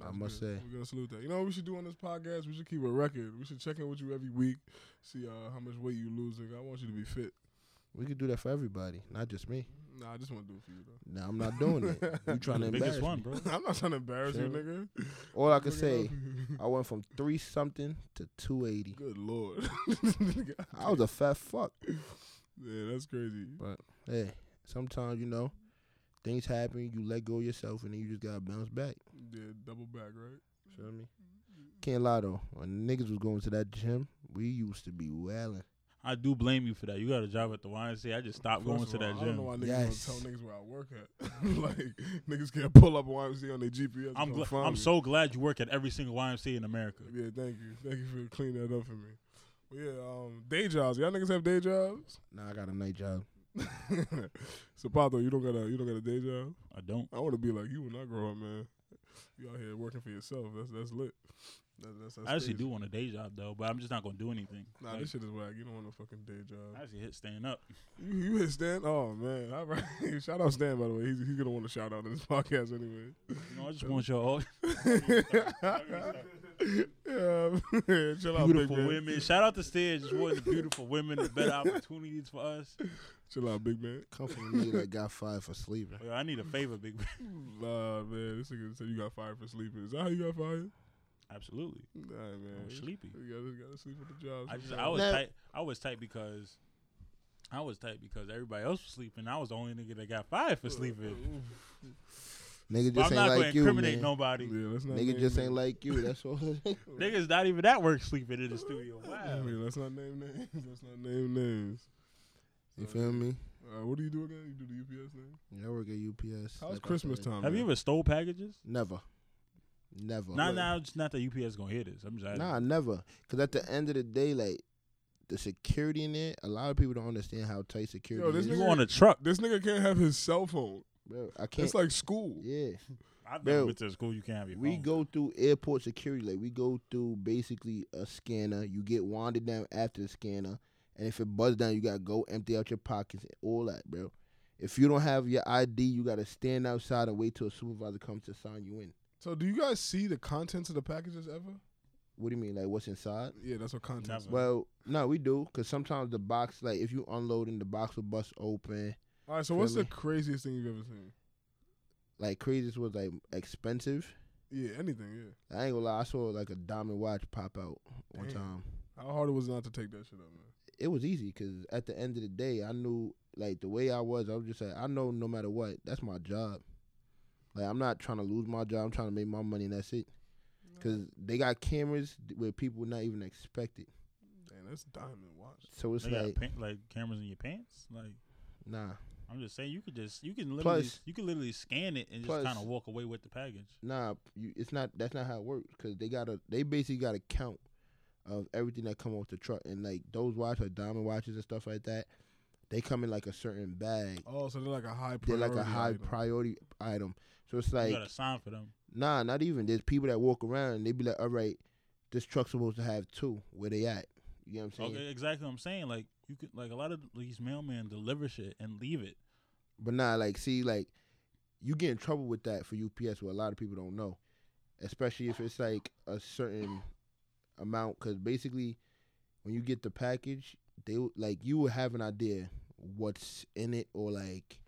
S3: I
S1: That's
S3: must
S1: good.
S3: say.
S1: We're gonna salute that. You know what we should do on this podcast? We should keep a record. We should check in with you every week, see uh, how much weight you losing. I want you to be fit.
S3: We could do that for everybody, not just me.
S1: Nah, I just want to do it for you though.
S3: Nah, I'm not doing it. You trying to
S2: the
S3: embarrass
S2: biggest
S3: me?
S2: one, bro.
S1: I'm not trying to embarrass you,
S3: Sure.
S1: nigga.
S3: All I
S1: Look
S3: could
S1: it
S3: say.
S1: up.
S3: I went from three something to two eighty.
S1: Good lord.
S3: I was a fat fuck.
S1: yeah, that's crazy.
S3: But hey, sometimes you know, things happen. You let go of yourself, and then you just gotta bounce back.
S1: Yeah, double back, right?
S3: Feel me? Can't lie though. When niggas was going to that gym, we used to be wailing.
S2: I do blame you for that. You got a job at the YMCA. I just stopped going
S1: First
S2: to
S1: of all,
S2: that
S1: I don't know
S2: gym.
S1: why niggas
S3: Yes.
S1: don't tell niggas where I work at. like niggas can't pull up a YMC on their GPS.
S2: I'm
S1: and
S2: gl-
S1: come find
S2: I'm
S1: me.
S2: so glad you work at every single YMCA in America.
S1: Yeah, thank you, thank you for cleaning that up for me. But yeah, um, day jobs. Y'all niggas have day jobs.
S3: Now I got a night job.
S1: so Pato, you don't got a you don't got a day job.
S2: I don't.
S1: I want to be like you when I grow up, man. You out here working for yourself. That's that's lit. That, that's, that's
S2: I actually
S1: crazy.
S2: do want a day job though, but I'm just not gonna do anything.
S1: Nah,
S2: Like,
S1: this shit is whack. You don't want no fucking day job.
S2: I actually hit staying up.
S1: You, you hit Stan? Oh man! All right. shout out Stan by the way. He's, he's gonna want to shout out in this podcast anyway.
S2: You know, I just want your all
S1: yeah, man. chill out,
S2: beautiful
S1: big man.
S2: women. Shout out to Stan, just wanting the beautiful women, the better opportunities for us.
S1: Chill out, big man.
S3: Come from a nigga that got fired for sleeping.
S2: Yo, I need a favor, big man.
S1: Nah, man. This nigga said you got fired for sleeping. Is that how you got fired?
S2: Absolutely.
S1: Nah, man.
S2: I'm sleepy.
S1: You gotta, you gotta sleep at the job.
S2: I just
S1: sometimes.
S2: I was
S3: Now-
S2: tight. I was tight because I was tight because everybody else was sleeping. I was the only nigga that got fired for sleeping.
S3: Nigga
S2: But I'm
S3: just ain't
S2: not gonna
S3: like you,
S2: incriminate
S3: man.
S2: nobody.
S1: Yeah, let's not.
S3: Nigga
S1: name
S3: just
S1: names.
S3: ain't like you. That's all.
S2: Niggas not even at work sleeping in the studio.
S1: Yeah,
S2: Wow.
S1: let's not name names. Let's not name names.
S3: you feel me?
S1: Uh, what do you do again? You do the UPS thing.
S3: Yeah, I work at UPS.
S1: How's
S3: Like I
S1: Christmas
S3: said,
S1: time?
S2: Have you
S1: man?
S2: ever stole packages?
S3: Never, never.
S2: Not now. Just not that UPS gonna hear this. I'm just asking.
S3: Nah, never. Because at the end of the day, like the security in it, a lot of people don't understand how tight security
S1: Yo, this
S3: is.
S2: you
S1: nigga-
S2: on a truck?
S1: This nigga can't have his cell phone.
S3: Bro, I can't.
S1: It's like school.
S3: yeah,
S2: I've never
S3: Bro,
S2: been to a school you can't have your
S3: we
S2: phone.
S3: go through airport security. Like we go through basically a scanner. You get wanded down after the scanner, and if it buzz down, you gotta go empty out your pockets and all that, bro. If you don't have your ID, you gotta stand outside and wait till a supervisor comes to sign you in.
S1: So, do you guys see the contents of the packages ever?
S3: What do you mean? Like what's inside?
S1: Yeah, that's what contents.
S2: Never.
S3: Well, no, we do. Cause sometimes the box, like if you unloading, the box will bust open.
S1: All right. So, what's
S3: Feel
S1: the craziest thing you've ever seen?
S3: Like craziest was like expensive.
S1: Yeah, anything. Yeah.
S3: I ain't gonna lie, I saw like a diamond watch pop out one
S1: Damn.
S3: time.
S1: How hard it was not to take that shit up, man.
S3: It was easy because at the end of the day, I knew like the way I was. I was just like, I know no matter what, that's my job. Like I'm not trying to lose my job. I'm trying to make my money, and that's it. Because they got cameras where people not even expect it.
S1: Damn, that's diamond watch.
S3: So it's
S2: They got
S3: like,
S2: pan- like cameras in your pants. Like
S3: nah,
S2: I'm just saying, you could just you can literally
S3: Plus-
S2: you can literally scan it and just
S3: plus-
S2: kind of walk away with the package.
S3: nah. You, it's not. That's not how it works. Because they gotta. They basically got a count of everything that come off the truck, and like those watches, are diamond watches and stuff like that, they come in like a certain bag.
S1: Oh, so they're like a high.
S3: they're like a
S1: priority
S3: high
S1: item.
S3: priority item. So it's
S2: you
S3: like,
S2: got to sign for them.
S3: nah, not even. There's people that walk around and they be like, all right, this truck's supposed to have two. Where they at? You know what I'm saying?
S2: Okay, exactly what I'm saying. Like you could like a lot of these mailmen deliver shit and leave it.
S3: But nah, like, see, like, you get in trouble with that for UPS, where a lot of people don't know, especially if it's like a certain amount. Because basically, when you get the package, they will- like you will have an idea what's in it or like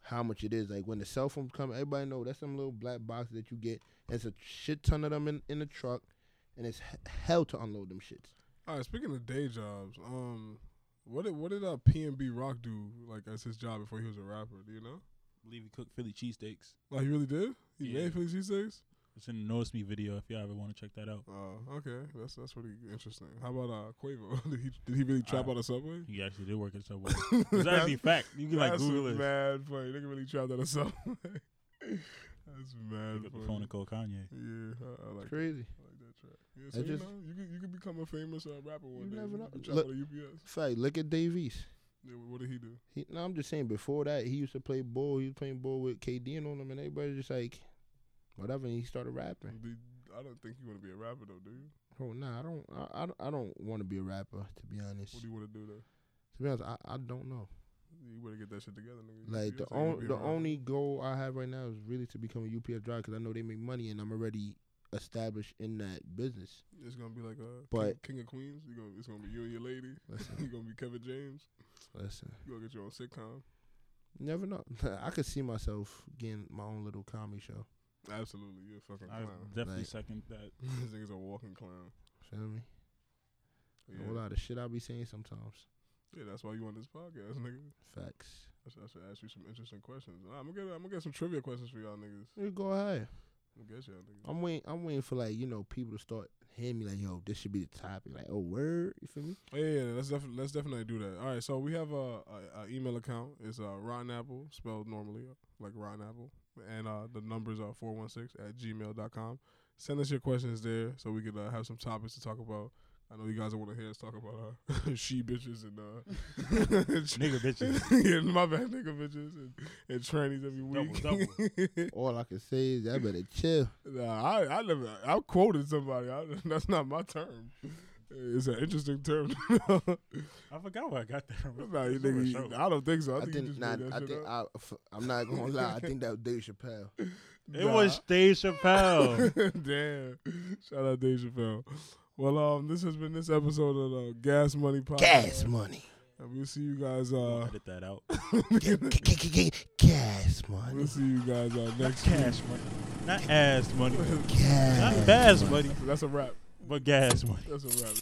S3: how much it is. Like when the cell phones come, everybody know that's some little black box that you get. There's a shit ton of them in, in the truck, and it's he- hell to unload them shits.
S1: All right. Speaking of day jobs, um, what did what did uh, B Rock do like as his job before he was a rapper? Do you know?
S2: believe he cooked Philly cheesesteaks.
S1: Like he really did. He
S2: Yeah.
S1: made Philly cheesesteaks.
S2: It's in the Notice Me video if y'all ever want to check that out.
S1: Oh, okay. That's that's pretty interesting. How about uh Quavo? did he did he really trap
S2: Uh,
S1: on a subway?
S2: He actually did work at Subway. It's actually fact. You can like
S1: that's
S2: Google it.
S1: mad funny. They can really trap that on a subway. that's mad
S2: Pick up the phone
S1: funny.
S2: and call Kanye.
S1: Yeah, I, I like
S3: Crazy.
S1: I like that track. Yeah,
S3: I
S1: so you
S3: just-
S1: know, you could you could become a famous uh, rapper one
S3: You
S1: day.
S3: never know.
S1: You Drop
S3: Look-
S1: on UPS.
S3: Fact, look at Dave East.
S1: Yeah, wh- what did he do?
S3: He, no, I'm just saying. Before that, he used to play ball. He was playing ball with KD and all them, and everybody just like, whatever. And he started rapping.
S1: Do you- I don't think you want to be a rapper though, do you?
S3: Oh, nah, I don't. I, I don't- I don't want to be a rapper. To be honest.
S1: What do you want to do though?
S3: to be honest, I, I don't know.
S1: You better get that shit together, nigga.
S3: Like
S1: UPS
S3: the
S1: ain't gonna
S3: only
S1: be
S3: the
S1: around.
S3: only goal I have right now is really to become a UPS driver because I know they make money and I'm already established in that business.
S1: it's gonna be like a
S3: But-
S1: King, King of Queens. You gonna it's gonna be you and your lady.
S3: Listen,
S1: You're gonna be Kevin James.
S3: listen.
S1: You gonna get your own sitcom.
S3: Never know. I could see myself getting my own little comedy show.
S1: Absolutely, you're a fucking
S2: I
S1: clown.
S2: definitely
S3: Like-
S2: second that.
S1: this nigga's a walking clown.
S3: Feel me? A whole
S1: Yeah.
S3: lot of shit I be saying sometimes.
S1: yeah, that's why you on this podcast, nigga.
S3: Facts.
S1: I should, I should ask you some interesting questions. Nah, I'm gonna get I'm gonna get some trivia questions for y'all niggas.
S3: You go ahead.
S1: I'm gonna get y'all niggas.
S3: I'm waiting. I'm waiting for like you know people to start hitting me like yo this should be the topic like oh word you feel me?
S1: Yeah, yeah, yeah, let's definitely let's definitely do that. All right, so we have a, a, a email account. It's uh, Rotten Apple, spelled normally like Rotten Apple, and uh, the numbers are four one six at gmail.com. Send us your questions there so we could uh, have some topics to talk about. I know you guys want to hear us talk about uh, she bitches and uh,
S2: Nigga bitches.
S1: yeah, my bad, nigga bitches and, and trannies every
S2: Double,
S1: week.
S2: double.
S3: All I can say is I better chill.
S1: Nah, I, I never. I quoted somebody. I, that's not my term. It's an interesting term.
S2: I forgot where I got that from.
S1: Nah, you
S2: It's on a
S1: nigga,
S2: show.
S1: I don't think so. I,
S3: I
S1: think, you
S3: think
S1: just
S3: nah,
S1: made that
S3: I
S1: shit
S3: think
S1: up.
S3: I, am not gonna lie. I think that was Dave Chappelle.
S2: It was Dave Chappelle.
S1: Damn. Shout out Dave Chappelle. Well, um, this has been this episode of the Gas Money Podcast.
S3: Gas money.
S1: And we'll see you guys.
S2: Don't
S1: Uh,
S2: edit that out.
S3: Gas money.
S1: we'll see you guys uh, next week.
S2: Cash money, not ass money,
S3: Gas.
S2: not bass money,
S1: That's a wrap.
S2: but gas money.
S1: That's a wrap.